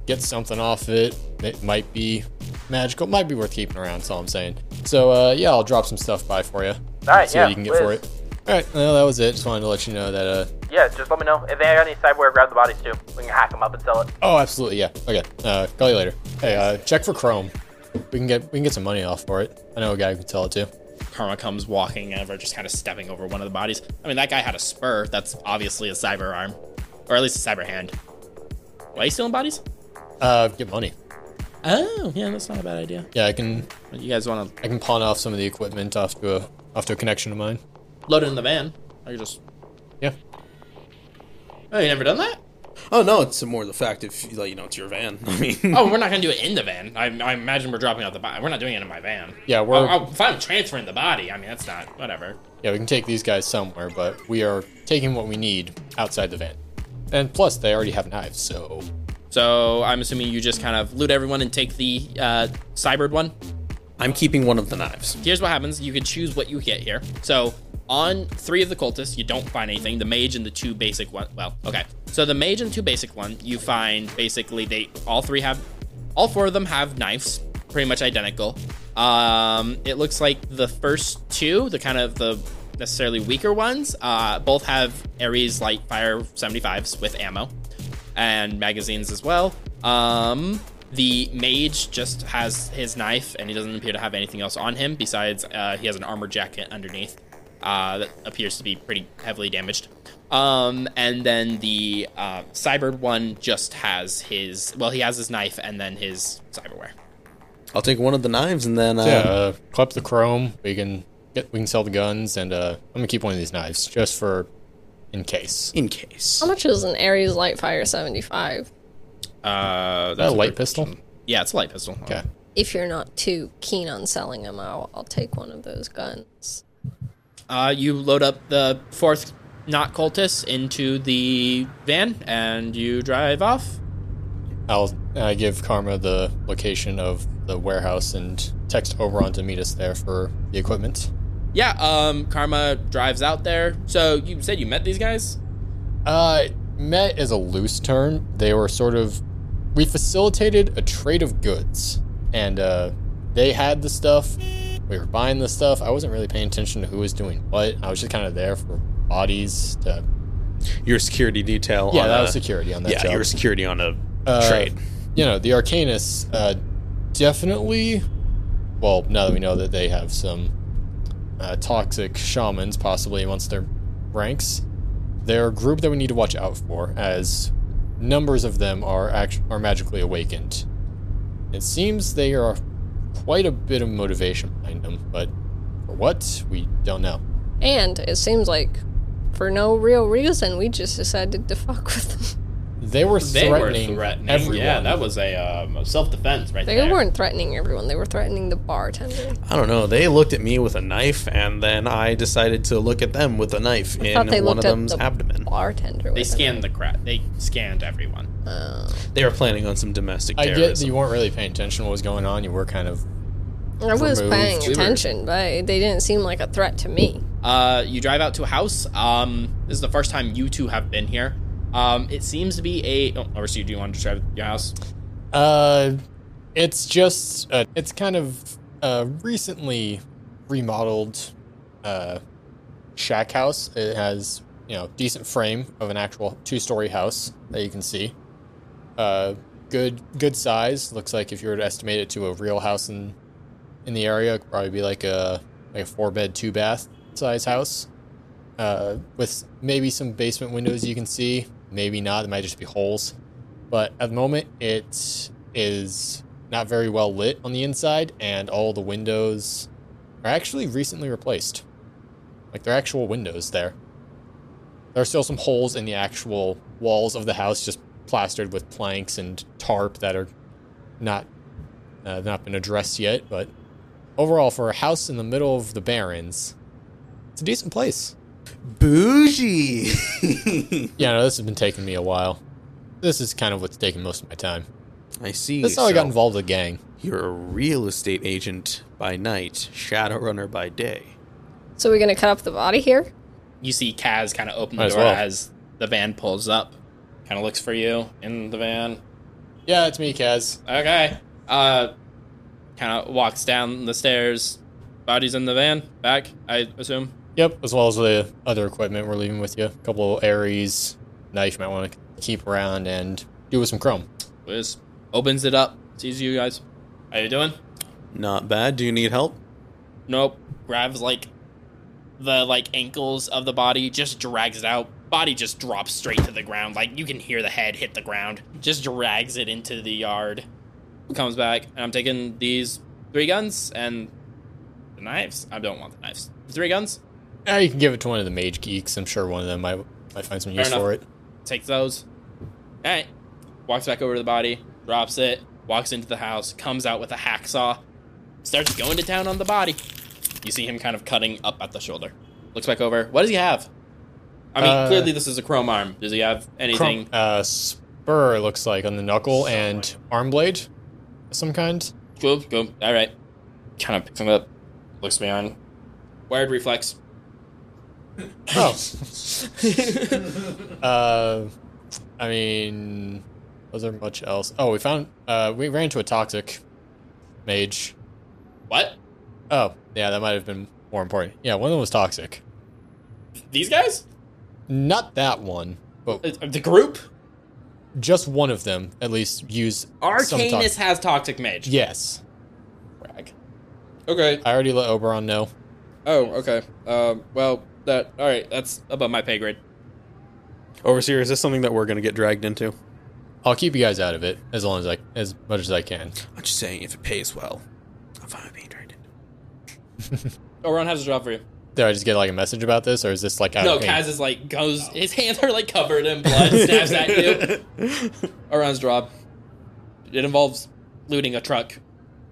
S4: get something off of it. It might be magical. Might be worth keeping around. That's all I'm saying. So uh, yeah, I'll drop some stuff by for you.
S5: All right,
S4: see
S5: yeah,
S4: what you can get for
S5: Liz.
S4: it. All right, well that was it. Just wanted to let you know that. Uh,
S5: Yeah, just let me know if they have any cyberware. Grab the bodies too. We can hack them up and sell it.
S4: oh, absolutely, yeah. Okay, uh, call you later. Hey, uh, check for Chrome. We can get we can get some money off for it. I know a guy who can sell it too.
S1: Karma comes walking over, just kind of stepping over one of the bodies. I mean, that guy had a spur. That's obviously a cyber arm, or at least a cyber hand. Why are you stealing bodies?
S4: Uh, get money.
S1: Oh, yeah, that's not a bad idea.
S4: Yeah, I can
S1: You guys want to
S4: I can pawn off some of the equipment off to a off to a connection of mine.
S1: load it in the van? I could just.
S4: Yeah.
S1: Oh, you never done that?
S2: Oh no, it's more the fact if like you know it's your van. I mean,
S1: Oh, we're not gonna do it in the van. I, I imagine we're dropping out the body. We're not doing it in my van.
S4: Yeah, we're-
S1: I, I'm fine with transferring the body. I mean, that's not whatever.
S4: Yeah, we can take these guys somewhere, but we are taking what we need outside the van. And plus, they already have knives, so
S1: So I'm assuming you just kind of loot everyone and take the uh, cybered one.
S2: I'm keeping one of the knives.
S1: Here's what happens: you can choose what you get here. So on three of the cultists, you don't find anything. The mage and the two basic one. Well, okay. So the mage and two basic one, you find basically they all three have, all four of them have knives, pretty much identical. Um, it looks like the first two, the kind of the necessarily weaker ones, uh, both have Ares light fire 75s with ammo and magazines as well. Um, the mage just has his knife, and he doesn't appear to have anything else on him besides uh, he has an armor jacket underneath uh, that appears to be pretty heavily damaged. Um, and then the uh, cyber one just has his well, he has his knife and then his cyberware.
S2: I'll take one of the knives and then uh,
S4: yeah, uh, clip the chrome. We can get we can sell the guns, and uh, I'm gonna keep one of these knives just for in case.
S2: in case.
S3: How much is an Ares Lightfire 75?
S1: Uh,
S4: That
S1: that's
S4: Oh, a light pistol.
S1: yeah, it's a light pistol.
S4: Okay.
S3: If you're not too keen on selling them, I'll, I'll take one of those guns.
S1: Uh, you load up the fourth not cultist into the van and you drive off.
S4: I'll uh, give Karma the location of the warehouse and text Oberon to meet us there for the equipment.
S1: Yeah, um, Karma drives out there. So you said you met these guys?
S4: Uh, met is a loose term. They were sort of. We facilitated a trade of goods, and uh, they had the stuff. We were buying the stuff. I wasn't really paying attention to who was doing what. I was just kind of there for bodies to.
S2: Your security detail.
S4: Yeah,
S2: on
S4: that
S2: a,
S4: was security on that
S2: Yeah,
S4: job.
S2: your security on a
S4: Uh,
S2: trade.
S4: You know, the Arcanists uh, definitely. Well, now that we know that they have some uh, toxic shamans possibly amongst their ranks, they're a group that we need to watch out for, as numbers of them are act- are magically awakened. It seems they are quite a bit of motivation behind them, but for what we don't know.
S3: And it seems like, for no real reason, we just decided to fuck with them.
S4: They were
S1: They
S4: threatening,
S1: were threatening.
S4: everyone.
S1: Yeah, that was a um, self-defense right
S3: They
S1: there.
S3: weren't threatening everyone, they were threatening the bartender.
S2: I don't know. They looked at me with a knife, and then I decided to look at them with a knife
S3: I
S2: in
S3: thought they
S2: one of
S3: looked at
S2: them's
S3: the
S2: abdomen.
S3: Bartender.
S1: They
S3: with an
S1: scanned the crap. They scanned everyone.
S2: They were planning on some domestic
S4: I
S2: terrorism.
S4: get that you weren't really paying attention to what was going on. You were kind of
S3: I was
S4: removed.
S3: paying
S4: We were-
S3: attention, but they didn't seem like a threat to me.
S1: Uh, you drive out to a house. Um, this is the first time you two have been here. Um, it seems to be a. Oh, or so you do want to describe your house?
S4: Uh, it's just uh, it's kind of uh recently remodeled uh shack house. It has you know decent frame of an actual two story house that you can see. Uh, good good size. Looks like if you were to estimate it to a real house in in the area, it'd probably be like a like a four bed two bath size house. Uh, with maybe some basement windows you can see, maybe not. It might just be holes. But at the moment, it is not very well lit on the inside, and all the windows are actually recently replaced. Like they're actual windows there. There are still some holes in the actual walls of the house, just plastered with planks and tarp that are not uh, not been addressed yet. But overall, for a house in the middle of the Barrens, it's a decent place.
S2: Bougie.
S4: Yeah, no, this has been taking me a while. This is kind of what's taking most of my time.
S2: I see.
S4: That's how I got
S2: So
S4: involved with the gang.
S2: You're a real estate agent by night, Shadowrunner by day.
S3: So we're gonna cut up the body here.
S1: You see Kaz kind of open the
S4: Might as
S1: door
S4: well.
S1: as the van pulls up. Kind of looks for you in the van.
S4: Yeah, it's me, Kaz.
S1: Okay. Uh, kind of walks down the stairs. Body's in the van. Back, I assume.
S4: Yep, as well as the other equipment we're leaving with you. A couple of Aries knife you might want to keep around and do with some chrome.
S1: Liz opens it up. Sees you guys. How you doing?
S2: Not bad. Do you need help?
S1: Nope. Grabs like the like ankles of the body, just drags it out. Body just drops straight to the ground. Like you can hear the head hit the ground. Just drags it into the yard. Comes back, and I'm taking these three guns and the knives. I don't want the knives. Three guns.
S4: Now Ah, you can give it to one of the mage geeks. I'm sure one of them might might find some
S1: Fair
S4: use
S1: enough.
S4: for it.
S1: Take those. All right. Walks back over to the body, drops it, walks into the house, comes out with a hacksaw, starts going to town on the body. You see him kind of cutting up at the shoulder. Looks back over. What does he have? I mean,
S4: Uh,
S1: clearly this is a chrome arm. Does he have anything?
S4: Chrome- uh, spur it looks like on the knuckle and arm blade, of some kind.
S1: Go, go. All right. Kind of picks him up, looks beyond. Wired reflex.
S4: Oh, uh, I mean, was there much else? Oh, we found uh, we ran into a toxic mage.
S1: what?
S4: Oh, yeah, that might have been more important. Yeah, one of them was toxic.
S1: These guys?
S4: Not that one, but
S1: Uh, The group?
S4: just one of them at least used some
S1: Arcanus
S4: toxic.
S1: has toxic mage.
S4: Yes,
S1: Frag. Okay.
S4: I already let Oberon know.
S1: Oh, okay. Um, well, that all right. That's above my pay grade.
S2: Overseer, is this something that we're going to get dragged into?
S4: I'll keep you guys out of it as long as I as much as I can.
S2: I'm just saying, if it pays well, I'm fine with being dragged into.
S1: Oron Oh, has a job for you.
S4: Did I just get like a message about this, or is this like out
S1: no,
S4: of hand?
S1: Kaz is like goes. His hands are like covered in blood. snaps at you. Oron's Oh, job. It involves looting a truck.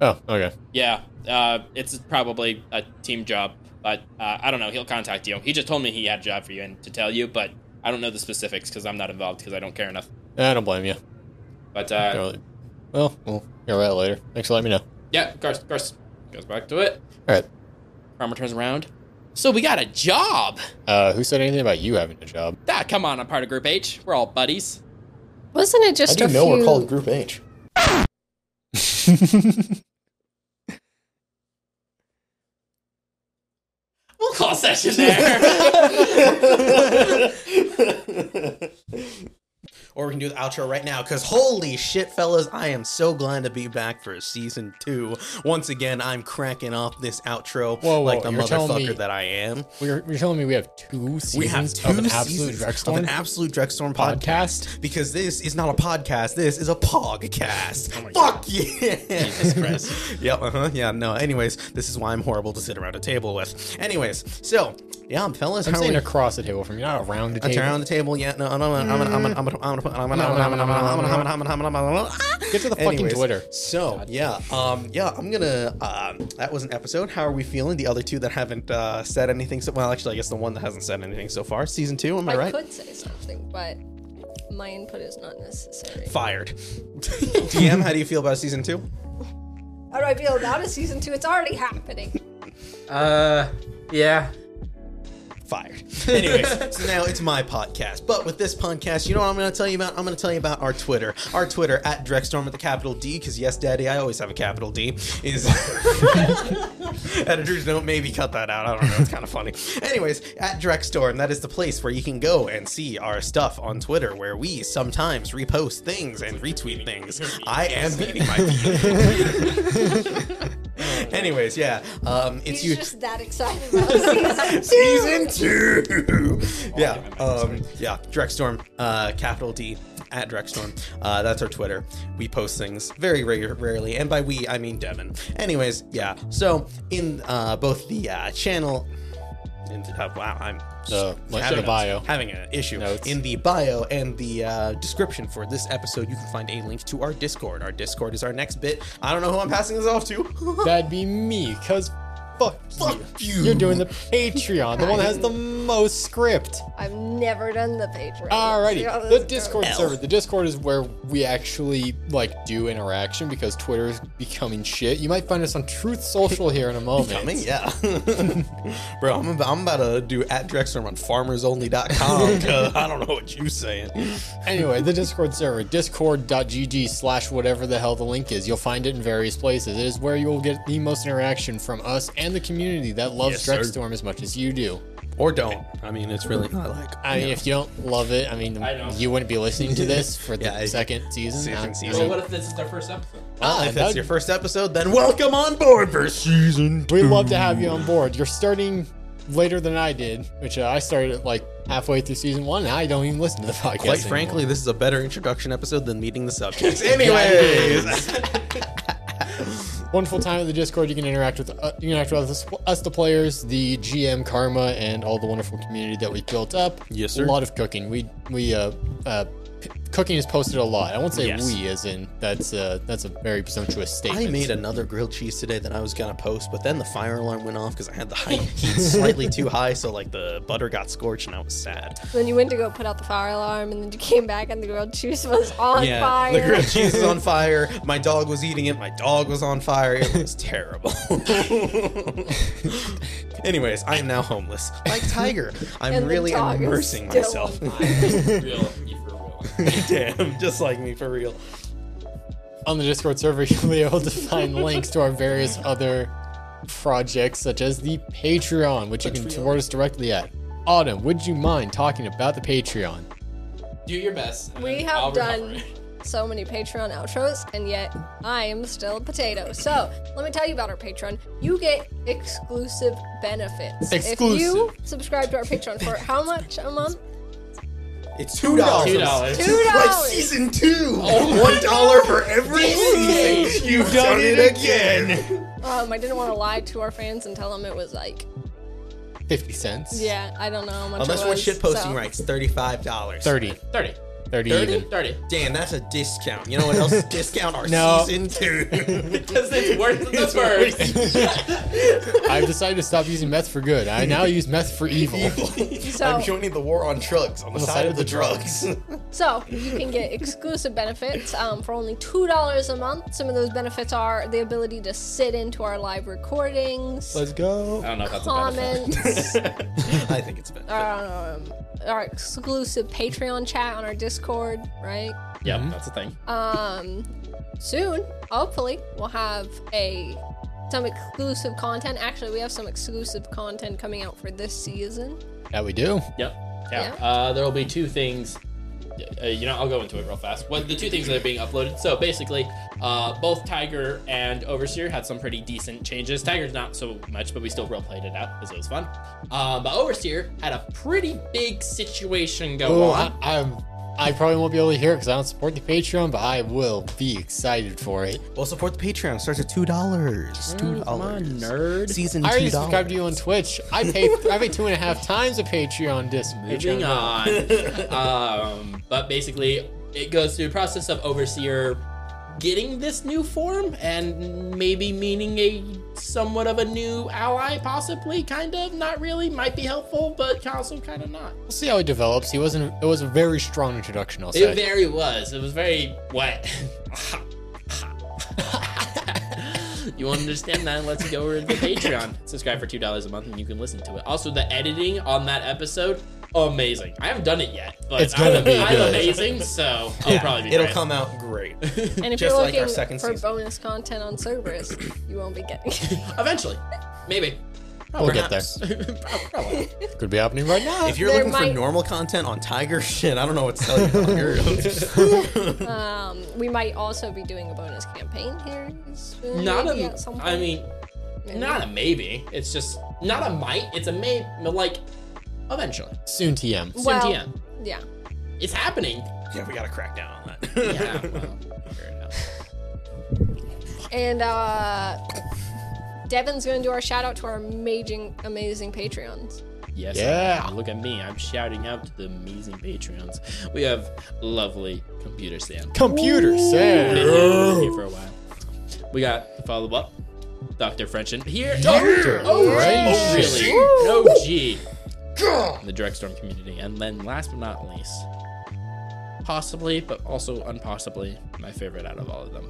S4: Oh, okay.
S1: Yeah, uh, it's probably a team job, but uh, I don't know. He'll contact you. He just told me he had a job for you and to tell you, but I don't know the specifics because I'm not involved because I don't care enough.
S4: I don't blame you.
S1: But uh,
S4: Don't- Well, we'll hear about it later. Thanks for letting me know.
S1: yeah, of course, of course. Goes back to it.
S4: All right.
S1: Armor turns around. So we got a job.
S4: Uh, who said anything about you having a job?
S1: Ah, come on, I'm part of Group H. We're all buddies.
S3: Wasn't it just
S10: I
S3: a
S10: do know
S3: few?
S10: we're called Group H.
S1: We'll call a session there.
S2: Or we can do the outro right now, because holy shit, fellas, I am so glad to be back for season two. Once again, I'm cracking off this outro
S4: Whoa, whoa,
S2: like the
S4: you're telling
S2: motherfucker
S4: me-
S2: that I am.
S4: We're, you're telling me we have two seasons
S2: We have two
S4: of an absolute
S2: seasons
S4: Drextorm
S2: of an absolute Drextorm podcast.
S4: podcast.
S2: because this is not a podcast. This is a podcast.
S4: Oh
S2: Fuck yeah! Jesus Christ. yep. Uh huh. Yeah. No. Anyways, this is why I'm horrible to sit around a table with. Anyways, so yeah, fellas,
S4: I'm
S2: how are
S4: saying
S2: we-
S4: across the table from you, not around the
S2: I
S4: table.
S2: turn around the table. Yeah, no, I'm gonna, I'm gonna, I'm gonna, I'm gonna, I'm gonna, I'm gonna, I'm gonna, I'm gonna, I'm gonna,
S4: Get to the fucking Twitter.
S2: So yeah, um, yeah, I'm gonna. Um, that was an episode. How are we feeling? The other two that haven't uh, said anything. So well, actually, I guess the one that hasn't said anything so far. Season two. Am I
S3: I
S2: right?
S3: could say something, but my input is not necessary.
S2: Fired. DM, how do you feel about season two?
S3: How do I feel about a season two? It's already happening.
S9: Uh, yeah. fired. Anyways, so now it's my podcast. But with this podcast, you know what I'm going to tell you about? I'm going to tell you about our Twitter. Our Twitter at Drekstorm with a capital D, because yes, Daddy, I always have a capital D. Is editors don't maybe cut that out. I don't know. It's kind of funny. Anyways, at Drekstorm, that is the place where you can go and see our stuff on Twitter, where we sometimes repost things and retweet things. I am beating my feet. Anyways, yeah, um, it's
S3: He's
S9: you
S3: just that excited about season
S9: season two. yeah, um, yeah. Drekstorm, uh, capital D at Drekstorm. Uh, that's our Twitter. We post things very rare, rarely, and by we I mean Devin. Anyways, yeah. So in uh, both the uh, channel. In the, uh, wow, I'm
S4: Uh, like
S9: having
S4: the
S9: a-
S4: bio.
S9: having an issue.
S4: Notes.
S9: In the bio and the uh, description for this episode, you can find a link to our Discord. Our Discord is our next bit. I don't know who I'm passing this off to.
S4: That'd be me, cause fuck,
S9: Fuck you.
S4: You're doing the Patreon, the one that has the most script.
S3: I've never done the Patreon. Yeah, this
S4: Alrighty, the
S3: is
S4: Discord server. The Discord is where we actually like do interaction because Twitter is becoming shit. You might find us on Truth Social here in a moment.
S9: Coming, yeah. Bro, I'm about, I'm about to do at Drexler on farmersonly.com. 'cause I don't know what you saying.
S4: Anyway, the Discord server, discord.gg slash whatever the hell the link is. You'll find it in various places. It is where you will get the most interaction from us and the community that loves
S9: Yes, sir.
S4: Drekstorm as much as you do.
S9: Or don't. I mean, it's really not like.
S4: I mean, if you don't love it, I mean,
S1: don't.
S4: you wouldn't be listening to this for the
S9: Yeah, I-
S4: second season.
S9: Second
S4: I don't-
S9: season.
S4: I mean,
S11: if this is their first episode?
S9: Ah,
S4: and
S9: if that's
S4: that-
S9: your first episode, then welcome on board for season
S4: We'd
S9: two.
S4: love to have you on board. You're starting later than I did, which uh, I started like halfway through season one, and I don't even listen to the podcast.
S9: Quite
S4: anymore.
S9: frankly, this is a better introduction episode than meeting the subjects. Anyways,
S4: wonderful time in the Discord. You can interact with uh, you can interact with us, us, the players, the GM Karma, and all the wonderful community that we built up.
S9: Yes, sir.
S4: A lot of cooking. We we uh, uh, p- cooking is posted a lot. I won't say
S9: Yes.
S4: we, as in that's uh, that's a very presumptuous statement.
S9: I made another grilled cheese today that I was gonna post, but then the fire alarm went off because I had the height heat slightly too high, so like the butter got scorched and I was sad.
S3: Then you went to go put out the fire alarm, and then you came back, and the grilled cheese was on
S9: yeah,
S3: fire.
S9: the grilled cheese is on fire. My dog was eating it. My dog was on fire. It was terrible. Anyways, I am now homeless, like Tiger. I'm
S3: And the
S9: really
S3: dog is
S9: immersing
S3: still
S9: myself.
S11: Real, for real.
S9: Damn, just like me for real.
S4: on the Discord server, you'll be able to find links to our various other projects, such as the Patreon, which you can support us directly at. Autumn, would you mind talking about the Patreon?
S1: Do your best. and
S3: We
S1: then
S3: have
S1: I'll
S3: done
S1: recover.
S3: so many Patreon outros, and yet I am still a potato. So let me tell you about our Patreon. You get exclusive benefits. If you
S4: Exclusive.
S3: subscribe to our Patreon for how much a month?
S9: It's two dollars.
S1: Two dollars.
S3: Two
S9: Like
S3: dollars.
S9: season two. One dollar for every season. You've done, it again.
S3: Um, I didn't want to lie to our fans and tell them it was like,
S4: 50 cents?
S3: yeah, I don't know how much.
S9: Unless
S3: it
S9: we're
S3: was,
S9: shit posting
S3: so.
S9: rights, thirty-five dollars.
S4: 30.
S1: 30.
S4: 30
S1: 30?
S4: even.
S1: 30.
S9: Damn, that's a discount. You know what else? is discount our
S4: No.
S9: season two.
S1: Because it's worth the first.
S4: I've decided to stop using meth for good. I now use meth for evil.
S9: I'm joining the war on drugs on the, side, of the, drugs.
S3: So you can get exclusive benefits um, for only two dollars a month. Some of those benefits are the ability to sit into our live recordings,
S4: Let's go.
S1: I don't know if that's a benefit.
S3: comments,
S9: I think it's been.
S3: um, our exclusive Patreon chat on our Discord. Right.
S1: Yeah, that's a thing.
S3: Um, soon, hopefully, we'll have a some exclusive content. Actually, we have some exclusive content coming out for this season.
S4: Yeah, we do.
S1: Yep. Yeah.
S3: Yeah.
S1: Uh, there will be two things. Uh, you know, I'll go into it real fast. What the two things that are being uploaded. So basically, uh, both Tiger and Overseer had some pretty decent changes. Tiger's not so much, but we still role played it out because it was fun. Um, but Overseer had a pretty big situation go
S4: Oh, I,
S1: on.
S4: I'm. I probably won't be able to hear it because I don't support the Patreon, but I will be excited for it.
S9: Well, support the Patreon. Starts at two
S4: Mm,
S9: dollars. Two dollars.
S11: nerd.
S9: Season
S4: I
S9: two
S4: already subscribed to
S9: dollars.
S4: you on Twitch. I pay. I pay two and a half times a Patreon disc.
S1: Moving
S4: Patreon.
S1: on. um, but basically, it goes through a process of Overseer getting this new form and maybe meaning a somewhat of a new ally, possibly, kind of, not really, might be helpful, but also kind of not.
S4: We'll see how it develops. He wasn't. It was a very strong introduction. I'll
S1: It
S4: say.
S1: very was. It was very wet. you won't understand that unless you go over to the Patreon. Subscribe for two dollars a month, and you can listen to it. Also, the editing on that episode, amazing. I haven't done it yet, but
S4: It's gonna
S1: I'm,
S4: be
S1: I'm
S4: good.
S1: amazing. So I'll probably be
S9: it'll
S1: great.
S9: come out great.
S3: And if
S9: Just
S3: you're
S9: like
S3: looking
S9: our second
S3: for
S9: season.
S3: bonus content on Cerberus, you won't be getting it.
S1: eventually, maybe.
S4: We'll get there.
S1: Probably.
S4: Could be happening right now.
S9: If you're
S3: There
S9: looking for
S3: might-
S9: normal content on Tiger shit, I don't know what to tell you. You're-
S3: Um, we might also be doing a bonus campaign here. soon,
S1: Not
S3: maybe
S1: a.
S3: at some
S1: I
S3: point.
S1: mean,
S3: Maybe.
S1: not a maybe. It's just not a might. It's a may. but Like, eventually.
S4: Soon TM.
S3: Well,
S1: TM.
S3: Yeah.
S1: It's happening.
S9: yeah, we gotta crack down on that.
S1: Yeah. Well, figure it out.
S3: And uh Devin's gonna do our shout out to our amazing amazing Patreons.
S1: Yes.
S4: Yeah.
S1: I am. Look at me. I'm shouting out to the amazing Patreons. We have lovely computer Sam.
S4: Computer
S1: Been
S4: Sam.
S1: here, here for a while. We got the follow up, Doctor Frenchin. Here.
S4: Doctor
S1: Oh,
S4: Frenchin.
S1: oh, really? No G. In the Dregstorm community, and then last but not least, possibly, but also unpossibly, my favorite out of all of them,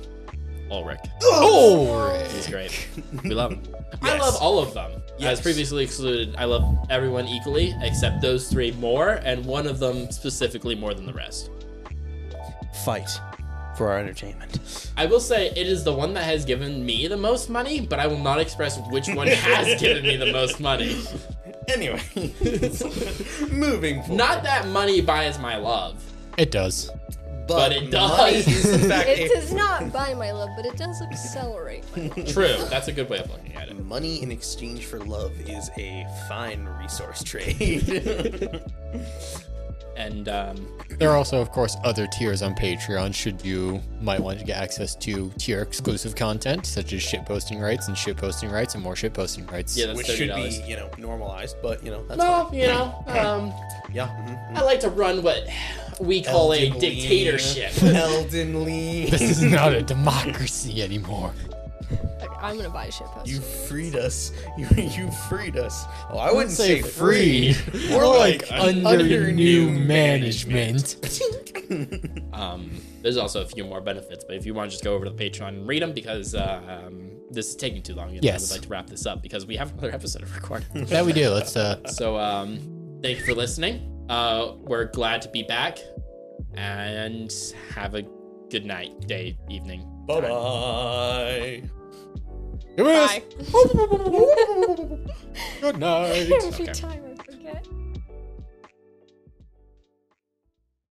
S1: Ulrich. He's great. We love him. I love all of them. As previously excluded, I love everyone equally except those three more, and one of them specifically more than the rest.
S9: Fight for our entertainment.
S1: I will say it is the one that has given me the most money, but I will not express which one has given me the most money.
S9: Anyway, moving forward.
S1: Not that money buys my love.
S4: It does.
S9: but,
S1: it
S9: money
S1: does.
S9: is in fact
S3: It
S9: a-
S3: does not buy my love, but it does accelerate. my love.
S1: True. That's a good way of looking at it.
S9: money in exchange for love is a fine resource trade.
S1: And um,
S4: There are also, of course, other tiers on Patreon should you might want to get access to tier exclusive content, such as shitposting rights and shitposting rights and more shitposting rights.
S1: yeah, that's
S9: Which
S1: thirty
S9: should
S1: dollars.
S9: be, you know, normalized, but you know, that's
S1: Well, you know, um,
S9: fine. Yeah. mhm, mhm.
S1: I like to run what we call a
S9: Elden Ring,
S1: dictatorship.
S9: Elden Ring.
S4: This is not a democracy anymore.
S3: Like, I'm gonna buy a shit post.
S9: You freed us. You, you freed us. Oh, I wouldn't say,
S4: say
S9: free.
S4: More like under,
S9: under
S4: new
S9: new
S4: management.
S1: Um, there's also a few more benefits, but if you want to just go over to the Patreon and read them, because uh, um, this is taking too long, and
S4: Yes.
S1: I would like to wrap this up because we have another episode of recording.
S4: That we do. Let's uh,
S1: so, um, thank you for listening. Uh, we're glad to be back, and have a good night, day, evening.
S9: Bye bye.
S4: give us
S3: Bye.
S4: good night.
S3: Every time I